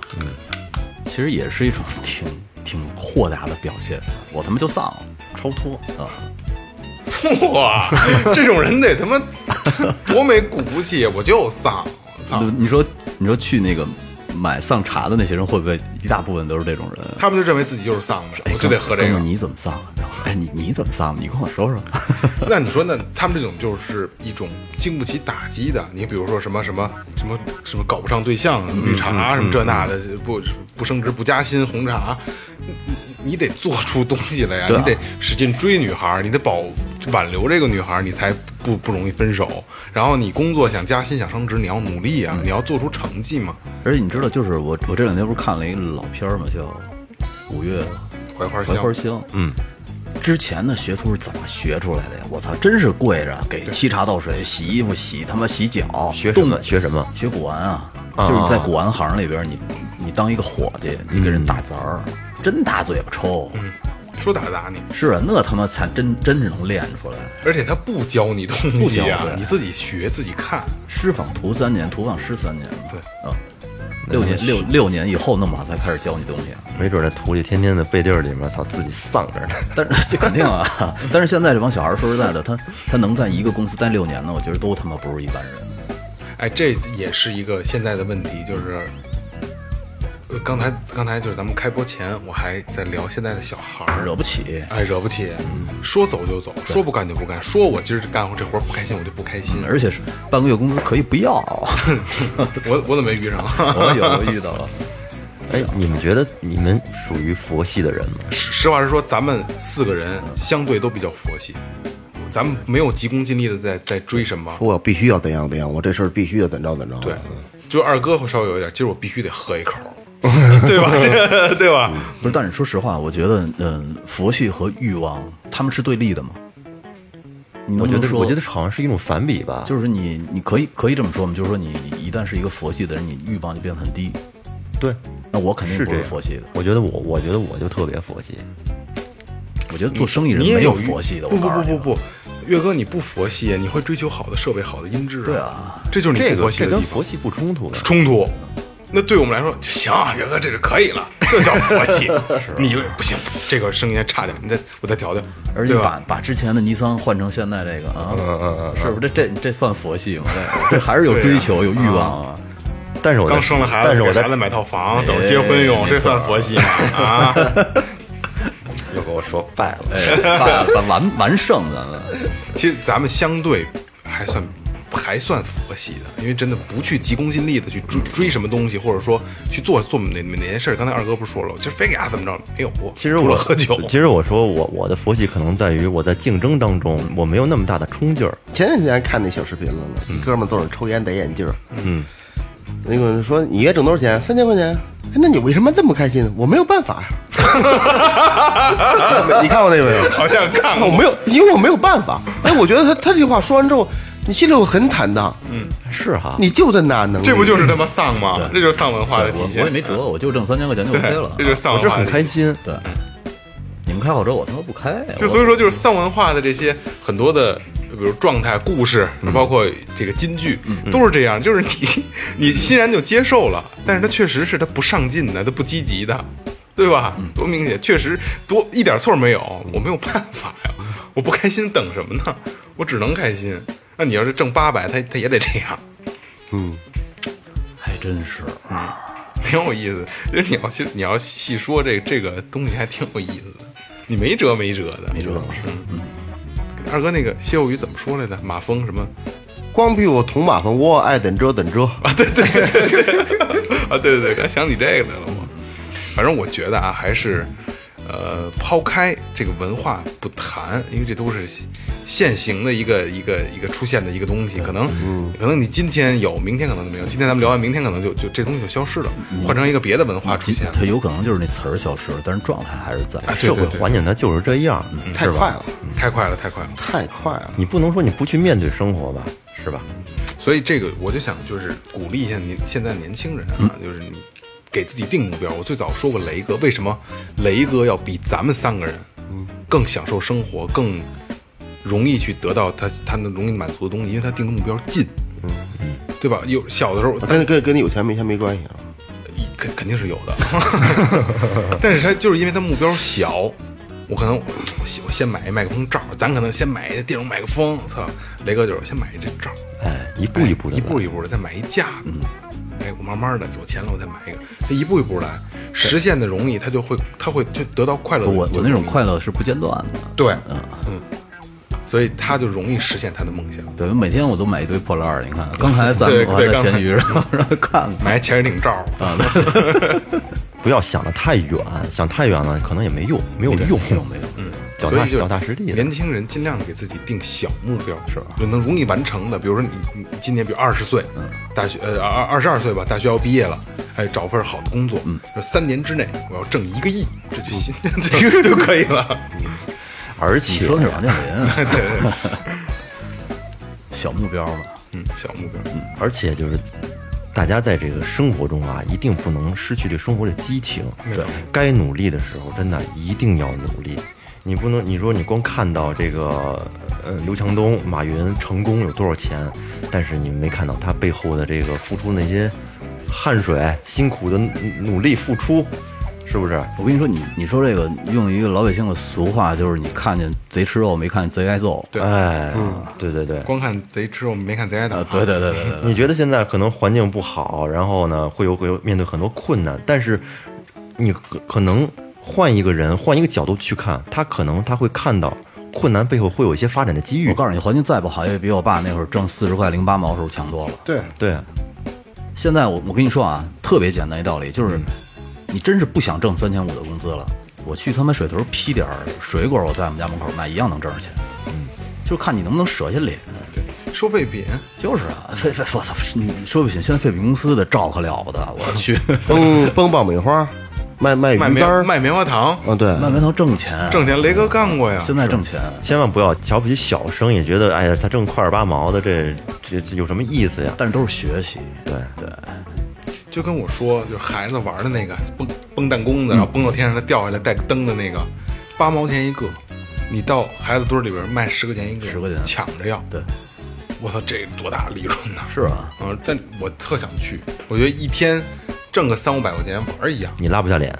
[SPEAKER 1] 其实也是一种挺挺豁达的表现。我他妈就丧了，超脱啊！
[SPEAKER 2] 哇，这种人得他妈多没骨气！我就丧，操！
[SPEAKER 1] 你说你说去那个买丧茶的那些人，会不会一大部分都是这种人？
[SPEAKER 2] 他们就认为自己就是丧的，
[SPEAKER 1] 哎
[SPEAKER 2] 我就得喝这
[SPEAKER 1] 哥
[SPEAKER 2] 个
[SPEAKER 1] 们儿。你怎么丧啊？然后说哎，你你怎么丧？你跟我说说。
[SPEAKER 2] *laughs* 那你说，那他们这种就是一种经不起打击的。你比如说什么什么什么什么搞不上对象、
[SPEAKER 1] 嗯
[SPEAKER 2] 绿茶什么这那的，不不升职不加薪、红茶，你你你得做出东西来呀，
[SPEAKER 1] 对啊
[SPEAKER 2] 你得使劲追女孩儿，你得保挽留这个女孩儿，你才不不容易分手。然后你工作想加薪想升职，你要努力啊，你要做出成绩嘛。
[SPEAKER 1] 而且你知道，就是我我这两天不是看了一老片儿嘛，叫《五月
[SPEAKER 2] 槐花
[SPEAKER 1] 槐
[SPEAKER 2] 香，
[SPEAKER 1] 花香》。嗯，之前的学徒是怎么学出来的呀？我操，真是跪着给沏茶倒水、洗衣服、洗他妈洗脚，
[SPEAKER 3] 学什
[SPEAKER 1] 动
[SPEAKER 3] 么？学什么？
[SPEAKER 1] 学古玩啊，
[SPEAKER 3] 啊嗯
[SPEAKER 1] 就是你在古玩行里边，你你当一个伙计，你给人打杂儿，真打嘴巴抽。
[SPEAKER 2] 说打打你，
[SPEAKER 1] 是啊，那他妈才真真是能练出来。
[SPEAKER 2] 而且他不教你东
[SPEAKER 1] 不
[SPEAKER 2] 西
[SPEAKER 1] 教
[SPEAKER 2] 啊
[SPEAKER 1] 对，
[SPEAKER 2] 你自己学自己看。
[SPEAKER 1] 师访徒三年，徒访师三年嘛。
[SPEAKER 2] 对
[SPEAKER 1] 啊，六年六六年以后，那么才开始教你东西啊。
[SPEAKER 3] 没准那徒弟天天在背地儿里面，操，自己丧着呢。
[SPEAKER 1] 但是 *laughs* 这肯定啊，但是现在这帮小孩儿，说实在的，他他能在一个公司待六年呢，我觉得都他妈不是一般人。
[SPEAKER 2] 哎，这也是一个现在的问题，就是，呃，刚才刚才就是咱们开播前，我还在聊现在的小孩儿，
[SPEAKER 1] 惹不起，
[SPEAKER 2] 哎，惹不起，说走就走，说不干就不干，说我今儿干活这活不开心，我就不开心。
[SPEAKER 1] 而且是半个月工资可以不要。
[SPEAKER 2] 我我怎么没遇上？啊
[SPEAKER 1] 我有我遇到了， *laughs*
[SPEAKER 3] 哎，你们觉得你们属于佛系的人吗？
[SPEAKER 2] *laughs* 实实话实说，咱们四个人相对都比较佛系，咱们没有急功近利的在在追什么。
[SPEAKER 6] 我必须要怎样怎样，我这事儿必须要怎着怎着。
[SPEAKER 2] 对，就二哥会稍微有一点，今儿我必须得喝一口，对吧？ *laughs* 对吧？
[SPEAKER 1] 不是？但是说实话，我觉得，嗯，佛系和欲望他们是对立的嘛。你能
[SPEAKER 3] 我
[SPEAKER 1] 不
[SPEAKER 3] 觉
[SPEAKER 1] 能
[SPEAKER 3] 得，
[SPEAKER 1] 说，
[SPEAKER 3] 我觉得好像是一种反比吧。
[SPEAKER 1] 就是你，你可以可以这么说嘛，就是说你一旦是一个佛系的人，你欲望就变得很低。
[SPEAKER 3] 对，
[SPEAKER 1] 那我肯定
[SPEAKER 3] 是
[SPEAKER 1] 不
[SPEAKER 3] 这
[SPEAKER 1] 是
[SPEAKER 3] 样
[SPEAKER 1] 佛系的，
[SPEAKER 3] 我觉得我，我觉得我就特别佛系。
[SPEAKER 1] 我觉得做生意人
[SPEAKER 2] 你也
[SPEAKER 1] 没有
[SPEAKER 2] 欲
[SPEAKER 1] 佛系的。
[SPEAKER 2] 不
[SPEAKER 1] 我
[SPEAKER 2] 不
[SPEAKER 1] 告诉
[SPEAKER 2] 不
[SPEAKER 1] 你啊
[SPEAKER 2] 不
[SPEAKER 1] 吧，
[SPEAKER 2] 不，岳哥你不佛系，你会追求好的设备、好的音质、
[SPEAKER 1] 对啊，
[SPEAKER 2] 这就是你
[SPEAKER 3] 这
[SPEAKER 2] 不佛
[SPEAKER 3] 个
[SPEAKER 2] 系
[SPEAKER 3] 这
[SPEAKER 2] 的
[SPEAKER 3] 跟
[SPEAKER 2] 地方。
[SPEAKER 3] 佛系不冲突的。
[SPEAKER 2] 冲突，那对我们来说行，啊岳哥这就可以了，这叫佛
[SPEAKER 1] *laughs*
[SPEAKER 2] 系。
[SPEAKER 1] 啊
[SPEAKER 2] 你不行，这个声音还差点，你再我再调调，
[SPEAKER 1] 而且
[SPEAKER 2] 对
[SPEAKER 1] 把
[SPEAKER 2] 吧？
[SPEAKER 1] 把之前的尼桑换成现在这个啊，
[SPEAKER 3] 嗯
[SPEAKER 1] 是不是这这这算佛系吗？
[SPEAKER 2] *laughs*
[SPEAKER 1] 这这还是有追求、有欲望啊。
[SPEAKER 3] 但是我在
[SPEAKER 2] 刚生了孩子，
[SPEAKER 3] 但是我
[SPEAKER 2] 给
[SPEAKER 3] 在
[SPEAKER 2] 孩子买套房，等着结婚用，
[SPEAKER 1] 哎
[SPEAKER 2] 这算佛系吗？啊，
[SPEAKER 3] 又跟我说败了。
[SPEAKER 1] 哎，把把完完胜咱们，
[SPEAKER 2] 啊其实咱们相对还算还算佛系的，因为真的不去急功近利的去追追什么东西，或者说去做做哪哪件事儿。刚才二哥不是说了，就非给他怎么着，没有过。
[SPEAKER 3] 其实
[SPEAKER 2] 除
[SPEAKER 3] 我
[SPEAKER 2] 了喝酒，
[SPEAKER 3] 其实我说我我的佛系可能在于我在竞争当中我没有那么大的冲劲儿。
[SPEAKER 6] 前两天还看那小视频了呢，
[SPEAKER 2] 嗯
[SPEAKER 6] 一哥们儿坐那儿抽烟戴眼镜，嗯，那个说你月挣多少钱？三千块钱。哎那你为什么这么开心？我没有
[SPEAKER 2] *laughs*
[SPEAKER 6] 办法呀。你看过那个没有？
[SPEAKER 2] 好像看
[SPEAKER 6] 啊我
[SPEAKER 2] 过。
[SPEAKER 6] 没有，因为我没有办法。哎，我觉得他他这句话说完之后，你心里我很坦荡，嗯，
[SPEAKER 3] 是哈，
[SPEAKER 6] 你就在那能力，
[SPEAKER 2] 这不就是他妈丧吗？这就是丧文化的体
[SPEAKER 1] 哎我
[SPEAKER 2] 现。
[SPEAKER 1] 我也没辙，我就挣三千块钱就 OK
[SPEAKER 2] 对
[SPEAKER 1] 了，
[SPEAKER 2] 这。就是丧
[SPEAKER 3] 我
[SPEAKER 2] 文
[SPEAKER 3] 是
[SPEAKER 2] 化的
[SPEAKER 3] 很
[SPEAKER 2] 体
[SPEAKER 3] 开
[SPEAKER 2] 现。
[SPEAKER 3] 心。
[SPEAKER 1] 对，你们开好车，我他妈不开。
[SPEAKER 2] 就所以说，就是丧文化的这些很多的，比如状态、故事，包括这个金句，都是这样。就是你你欣然就接受了，但是它确实是它不上进的，它不积极的，对吧？多明显，确实多一点错没有，我没有办法呀，我不开心等什么呢？我只能开心。那你要是挣八百，他他也得这样，
[SPEAKER 1] 我还真是，
[SPEAKER 2] 啊挺有意思。就是你要去你要细说这这个东西，还挺有意思的。你没辙没辙的，没
[SPEAKER 1] 没辙。
[SPEAKER 2] 二哥那个歇后语怎么说来着？马蜂什么？
[SPEAKER 6] 光屁股捅马蜂窝，爱怎遮怎遮。
[SPEAKER 2] 啊，对对对，刚想起这个来了我。反正我觉得啊，还是呃，抛开这个文化不谈，因为这都是现行的一个一个一个出现的一个东西，可能、
[SPEAKER 3] 嗯
[SPEAKER 2] 可能你今天有，明天可能就没有。今天咱们聊完，明天可能就就这东西就消失了，
[SPEAKER 3] 嗯
[SPEAKER 2] 换成一个别的文化出现了。哎啊
[SPEAKER 1] 他有可能就是那词儿消失了，但是状态还是在。
[SPEAKER 3] 社会
[SPEAKER 2] 对
[SPEAKER 3] 环境它就是这样，
[SPEAKER 6] 太
[SPEAKER 3] 是吧
[SPEAKER 6] 快了，
[SPEAKER 2] 太快了，太快了。
[SPEAKER 6] 太快了！
[SPEAKER 3] 你不能说你不去面对生活吧，是吧？
[SPEAKER 2] 所以这个我就想就是鼓励一下年现在年轻人啊，就是你给自己定目标。我最早说过雷哥，为什么雷哥要比咱们三个人更享受生活，更容易去得到他他能容易满足的东西，因为他定的目标近，对吧？有小的时候
[SPEAKER 6] 跟跟跟你有钱没钱没关系啊，
[SPEAKER 2] 肯肯定是有的， *laughs* 但是他就是因为他目标小，我可能我先我先买一麦克风罩，咱可能先买一电容麦克风，操，雷哥就是先买一这罩，
[SPEAKER 3] 哎，一步一步的，
[SPEAKER 2] 一步一步的再买一架，嗯，哎，我慢慢的有钱了我再买一个，他一步一步来，实现的容易，他就会他会就得到快乐的，
[SPEAKER 1] 我
[SPEAKER 2] 就
[SPEAKER 1] 我那种
[SPEAKER 2] 容易
[SPEAKER 1] 快乐是不间断的，
[SPEAKER 2] 对，
[SPEAKER 1] 嗯
[SPEAKER 2] 所以他就容易实现他的梦想。
[SPEAKER 1] 对，每天我都买一堆破烂儿，你看，刚才咱
[SPEAKER 2] 对
[SPEAKER 1] 们我还
[SPEAKER 2] 对
[SPEAKER 1] 在
[SPEAKER 2] 刚才
[SPEAKER 1] 闲鱼上 *laughs* 让他看看，
[SPEAKER 2] 买潜水艇罩，
[SPEAKER 3] 不要想的太远，想太远了可能也没用，没有用，
[SPEAKER 1] 没有没有，
[SPEAKER 3] 脚
[SPEAKER 2] 所
[SPEAKER 3] 踏
[SPEAKER 2] 以就
[SPEAKER 3] 脚踏实地的
[SPEAKER 2] 年轻人尽量给自己定小目标，是吧？就能容易完成的，比如说你你你今年比如二十岁，大学呃二二十二岁吧，大学要毕业了，哎，找份好的工作，就三年之内我要挣一个亿，这就行， *laughs* 就就可以了。
[SPEAKER 3] 而
[SPEAKER 1] 你
[SPEAKER 3] 且
[SPEAKER 1] 说那是王健
[SPEAKER 2] 嗯
[SPEAKER 1] 林，啊小目标嘛，
[SPEAKER 2] 嗯，小目标，
[SPEAKER 3] 而且就是大家在这个生活中啊，一定不能失去对生活的激情。对，该努力的时候，真的一定要努力。你不能，你说你光看到这个，呃，刘强东、马云成功有多少钱，但是你没看到他背后的这个付出那些汗水、辛苦的努力付出，是不是？
[SPEAKER 1] 我跟你说，你你说这个用一个老百姓的俗话，就是你看见贼吃肉没看见贼挨揍，
[SPEAKER 2] 对
[SPEAKER 3] 哎，对对对。
[SPEAKER 2] 光看贼吃肉没看贼挨打
[SPEAKER 1] 啊，，对对对对 *laughs* 对对，
[SPEAKER 3] 你觉得现在可能环境不好，然后呢会有会有面对很多困
[SPEAKER 1] 嗯
[SPEAKER 3] 难，但是你可可能换一个人，换一个角度去看，他可能他会看到困难背后会有一些发展的机
[SPEAKER 1] 我
[SPEAKER 3] 遇。
[SPEAKER 1] 告诉你，环境再不好，也比我爸那会儿挣四十块零八毛的时候强多了。
[SPEAKER 6] 对，
[SPEAKER 3] 对，
[SPEAKER 1] 现在我我跟你说啊，特别简单一道理，就是你真是不想挣三千五的工资了，我去他妈水头批点儿水果，我在我们家门口卖，一样能挣着钱。嗯，就是看你能不能舍下脸。
[SPEAKER 2] 收废品，
[SPEAKER 1] 就是啊， *laughs* 废废，我操！你说不行，现在废品公司的照可了不得，我 *laughs* 去，
[SPEAKER 6] 崩崩爆米花，卖卖鱼
[SPEAKER 2] 卖
[SPEAKER 6] 干儿
[SPEAKER 2] 棉，卖棉花糖，
[SPEAKER 6] 啊，对，
[SPEAKER 1] 卖馒头挣钱，
[SPEAKER 2] 挣钱雷哥干过呀，
[SPEAKER 1] 现在挣钱。
[SPEAKER 3] 千万不要瞧不起小生意，觉得哎呀他挣块儿八毛的这这这有什么意思呀？
[SPEAKER 1] 但是都是学习，
[SPEAKER 3] 对
[SPEAKER 1] 对，
[SPEAKER 2] 就跟我说，就是孩子玩的那个蹦蹦弹弓的，然后
[SPEAKER 1] 嗯
[SPEAKER 2] 蹦到天上它掉下来带灯的那个，八毛钱一个，你到孩子堆儿里边卖十块钱一个，
[SPEAKER 1] 10块钱
[SPEAKER 2] 抢着要。
[SPEAKER 1] 对，
[SPEAKER 2] 我操，这多大利润呐！
[SPEAKER 1] 是啊，
[SPEAKER 2] 嗯，但我特想去，我觉得一天挣个三五百块钱玩儿一样， *laughs*
[SPEAKER 3] 你拉不下脸。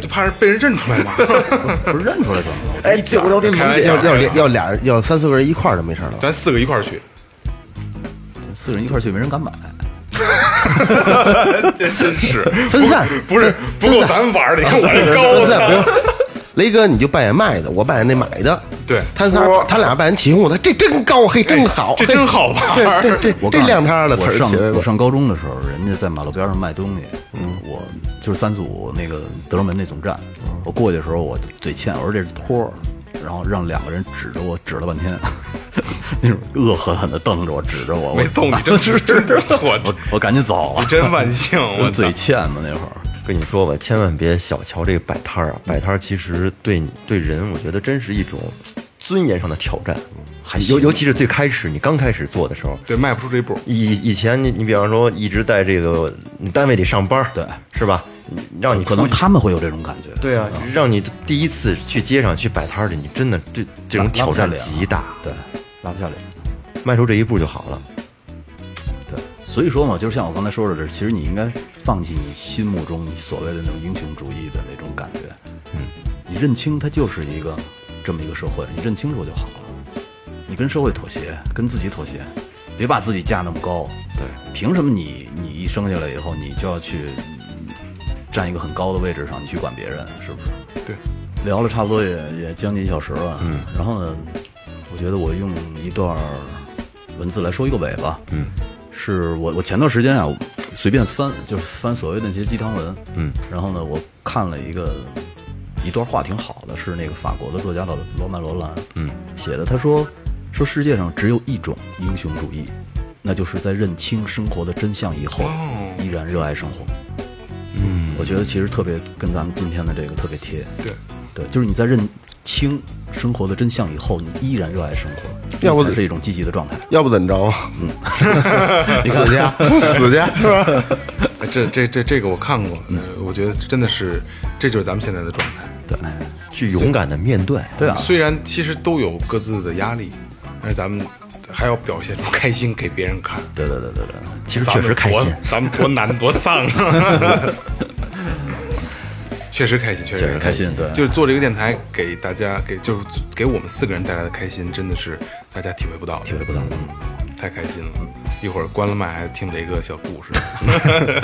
[SPEAKER 2] 就怕是被人认出来嘛。 *laughs*
[SPEAKER 1] 不是认出来怎么了？
[SPEAKER 6] 哎，这我聊天
[SPEAKER 2] 开玩笑啊
[SPEAKER 6] 要要俩要俩人要三四个人一块儿就没事儿了吧。
[SPEAKER 2] 咱四个一块
[SPEAKER 1] *laughs*
[SPEAKER 2] 儿去，
[SPEAKER 1] 四个人一块儿去，没人敢买。
[SPEAKER 2] 真真是
[SPEAKER 6] 分散
[SPEAKER 2] *laughs* 不是不够咱们玩儿的，你看我这高
[SPEAKER 6] 不是不
[SPEAKER 2] 的，
[SPEAKER 6] 用，雷哥你就扮演卖的，我扮演那买的。
[SPEAKER 2] 对
[SPEAKER 6] 他仨他俩扮演起哄的，这真高，嘿，真好，
[SPEAKER 2] 这
[SPEAKER 6] 嘿
[SPEAKER 2] 真好玩儿
[SPEAKER 6] 对对
[SPEAKER 1] 我告
[SPEAKER 6] 对，这
[SPEAKER 1] 诉你
[SPEAKER 6] 亮叉的词
[SPEAKER 1] 我
[SPEAKER 6] 儿
[SPEAKER 1] 上
[SPEAKER 6] 起来
[SPEAKER 1] 我
[SPEAKER 6] 了。
[SPEAKER 1] 上高中的时候，人家在马路边上卖东西，嗯，我就是三组那个德胜门那总站，我过去的时候我嘴欠，我说这是托儿，然后让两个人指着我指了半天， *laughs* 那种恶狠狠的瞪着我，指着我，
[SPEAKER 2] 没揍你真 *laughs* 是真不错，
[SPEAKER 1] 我我赶紧走了，
[SPEAKER 2] 真万幸，我操
[SPEAKER 1] 嘴欠嘛那会儿，
[SPEAKER 3] 跟你说吧，千万别小瞧这个摆摊儿啊！摆摊儿其实对你对人，我觉得真是一种尊严上的挑战。嗯
[SPEAKER 1] 还
[SPEAKER 3] 尤
[SPEAKER 1] 行
[SPEAKER 3] 尤其是最开始你刚开始做的时候，
[SPEAKER 2] 对，迈不出这一步。
[SPEAKER 3] 以以前你你比方说一直在这个你单位里上班，
[SPEAKER 1] 对，
[SPEAKER 3] 是吧？你让你
[SPEAKER 1] 可能嗯
[SPEAKER 3] 出去
[SPEAKER 1] 他们会有这种感觉，
[SPEAKER 3] 对啊，让你第一次去街上去摆摊儿去，你真的对这种
[SPEAKER 1] 拉
[SPEAKER 3] 挑
[SPEAKER 1] 不下
[SPEAKER 3] 战
[SPEAKER 1] 脸啊
[SPEAKER 3] 极大，
[SPEAKER 1] 对，拉不下脸。
[SPEAKER 3] 迈出这一步就好了。
[SPEAKER 1] 对，所以说嘛，就是像我刚才说的，其实你应该放弃你心目中你所谓的那种英雄主义的那种感觉，嗯，你认清它就是一个这么一个社会，你认清楚就好了。你跟社会妥协，跟自己妥协，别把自己架那么高。对，凭什么你你一生下来以后，你就要去嗯站一个很高的位置上，你去管别人，是不是？
[SPEAKER 2] 对，
[SPEAKER 1] 聊了差不多也也将近一小时了，嗯，然后呢，我觉得我用一段文字来说一个尾吧，嗯，是我我前段时间啊，我随便翻就是翻所谓的那些鸡汤文，嗯，然后呢，我看了一个一段话挺好的，是那个法国的作家老罗曼罗兰，嗯，写的，他说说世界上只有一种英雄主义，那就是在认清生活的真相以后，依然热爱生活，哦嗯，我觉得其实特别跟咱们今天的这个特别贴，
[SPEAKER 2] 对，
[SPEAKER 1] 对，就是你在认清生活的真相以后，你依然热爱生活，
[SPEAKER 6] 要不
[SPEAKER 1] 这才是一种积极的状态。
[SPEAKER 6] 要不怎么着？嗯 *laughs* 死家 *laughs* 死啊家是吧？
[SPEAKER 2] 哎这这这这个我看过，呃我觉得真的是，这就是咱们现在的状态。
[SPEAKER 1] 哎
[SPEAKER 3] 去勇敢的面对，
[SPEAKER 1] 对啊，
[SPEAKER 2] 虽然其实都有各自的压力，但是咱们还要表现出开心给别人看。
[SPEAKER 1] 对对对对对，
[SPEAKER 3] 其实确实开心，
[SPEAKER 2] 咱们多咱们多难多丧啊！ *laughs* 确实开心，确实
[SPEAKER 1] 开心对
[SPEAKER 2] 就是做这个电台，给大家给就是给我们四个人带来的开心，真的是大家体会不到的，
[SPEAKER 1] 体会不到。嗯
[SPEAKER 2] 太开心了。一会儿关了麦还听雷哥小故事。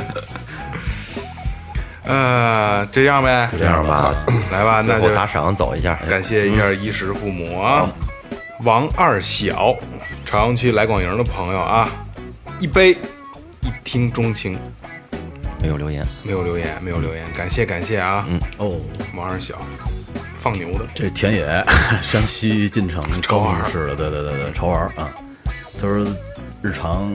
[SPEAKER 2] *laughs* 呃，这样呗，
[SPEAKER 3] 这样吧，
[SPEAKER 2] 来吧，那
[SPEAKER 3] 最后
[SPEAKER 2] 就
[SPEAKER 3] 打赏走一下，哎嗯
[SPEAKER 2] 感谢一下衣食父母啊，王二小，朝阳区来广营的朋友啊，一杯一听钟情，
[SPEAKER 3] 没有留言，
[SPEAKER 2] 没有留言，没有留言，感谢感谢啊，
[SPEAKER 1] 哦，
[SPEAKER 2] 王二小，放牛的，
[SPEAKER 1] 这田野，山西晋城高
[SPEAKER 2] 潮玩
[SPEAKER 1] 平
[SPEAKER 2] *laughs*
[SPEAKER 1] 市的，对对对对，潮玩儿啊。他说日常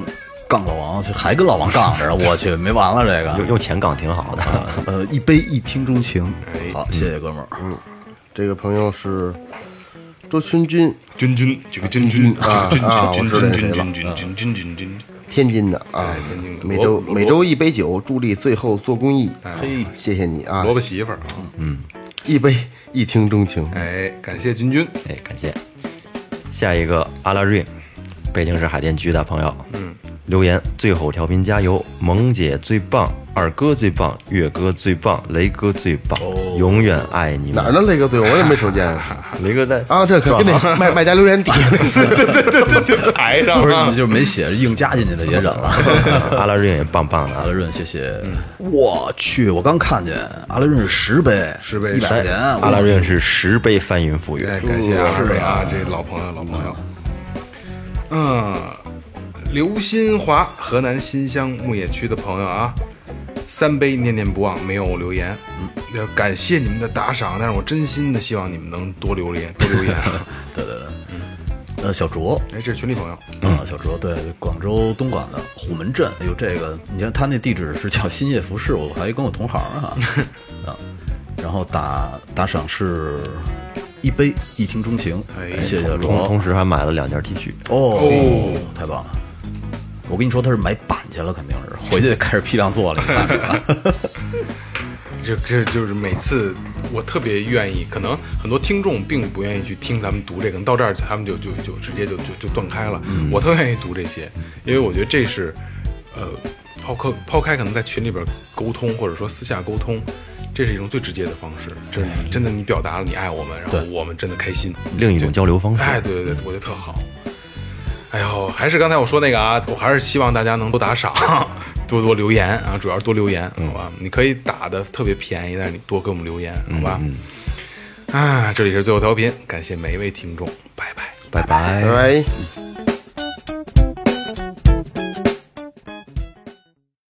[SPEAKER 1] 杠老王，就还跟老王杠
[SPEAKER 2] *laughs*
[SPEAKER 1] 着，我去，没完了这
[SPEAKER 3] 用
[SPEAKER 1] 个。
[SPEAKER 3] 用钱杠挺好的，
[SPEAKER 1] 呃，一杯一听钟情
[SPEAKER 2] 哎，
[SPEAKER 1] 好，谢谢哥们儿。
[SPEAKER 6] 这个朋友是周勋军，
[SPEAKER 2] 君君，这个君君
[SPEAKER 6] 啊
[SPEAKER 2] 君
[SPEAKER 6] 啊
[SPEAKER 2] 君
[SPEAKER 6] 我知道
[SPEAKER 2] 君
[SPEAKER 6] 是
[SPEAKER 2] 君
[SPEAKER 6] 谁了
[SPEAKER 2] 君君君君君君，
[SPEAKER 6] 天津的啊
[SPEAKER 2] 哎天津的，
[SPEAKER 6] 每周
[SPEAKER 2] 萝卜
[SPEAKER 6] 每周一杯酒，助力最后做公益。啊
[SPEAKER 2] 哎，
[SPEAKER 6] 谢谢你啊
[SPEAKER 2] 萝，卜媳妇儿啊，
[SPEAKER 6] 一杯一听钟情。
[SPEAKER 2] 哎，感谢 *coughs* 君君。
[SPEAKER 3] 哎，感谢。下一个阿拉瑞，北京市海淀区的朋友，嗯，留言最后调频加油，萌姐最棒，二哥最棒，月哥最棒，雷哥最棒，永远爱你们
[SPEAKER 6] 哦哪儿。呢？雷哥对我也没瞅见
[SPEAKER 3] 雷哥在
[SPEAKER 6] 啊，这可跟那卖卖家留言底
[SPEAKER 2] *laughs*
[SPEAKER 6] 下那次
[SPEAKER 2] 台上
[SPEAKER 1] 不是，
[SPEAKER 2] 啊
[SPEAKER 1] 你，就是没写，硬加进去的也忍
[SPEAKER 2] *laughs*
[SPEAKER 1] 了。
[SPEAKER 3] *laughs* 阿拉瑞也棒棒的
[SPEAKER 1] 阿
[SPEAKER 3] 啊
[SPEAKER 6] *laughs*
[SPEAKER 1] 拉，润，谢谢。
[SPEAKER 2] 嗯
[SPEAKER 1] 我去，我刚看见阿拉润是十杯，
[SPEAKER 2] 十杯
[SPEAKER 1] 一
[SPEAKER 6] 哎
[SPEAKER 1] 百块钱。
[SPEAKER 3] 阿拉瑞是十杯翻云覆雨，
[SPEAKER 2] 哎，感谢阿瑞啊，这老朋友，老朋友。嗯，刘新华，河南新乡牧野区的朋友啊，三杯念念不忘，没有留言。嗯，要感谢你们的打赏，但是我真心的希望你们能多留言，多 *laughs* 留言。
[SPEAKER 1] 对对对。呃，小卓，
[SPEAKER 2] 哎，这是群里朋友，
[SPEAKER 1] 啊，小哲，对，广州东莞的虎门镇，哎呦，这个，你看他那地址是叫新业服饰，我还跟我同行
[SPEAKER 3] *laughs*
[SPEAKER 1] 啊，啊，然后打打赏是一杯一听钟情，
[SPEAKER 2] 哎
[SPEAKER 1] 谢谢小
[SPEAKER 3] 同
[SPEAKER 1] 卓
[SPEAKER 3] 同，时还买了两件 T 恤。
[SPEAKER 1] 哦，太棒了，我跟你说他是买板去了，肯定是回去开始批量做了，你看是吧？
[SPEAKER 2] 这这就是每次我特别愿意，可能很多听众并不愿意去听咱们读这个，可能到这儿他们就就就直接就就就断开了。
[SPEAKER 3] 嗯
[SPEAKER 2] 我特愿意读这些，因为我觉得这是，呃，抛开抛开可能在群里边沟通或者说私下沟通，这是一种最直接的方式。真的真的，你表达了你爱我们，然后我们真的开心。
[SPEAKER 3] 另一种交流方式，
[SPEAKER 2] 哎，对对对，我觉得特好。哎呦，还是刚才我说那个啊，我还是希望大家能多打赏，多多留言啊，主要是多留言，
[SPEAKER 3] 嗯
[SPEAKER 2] 好吧？你可以打的特别便宜，但是你多给我们留言，好吧？
[SPEAKER 3] 嗯
[SPEAKER 2] 啊，这里是最后调频，感谢每一位听众，拜拜。
[SPEAKER 3] 拜拜
[SPEAKER 6] 拜。拜。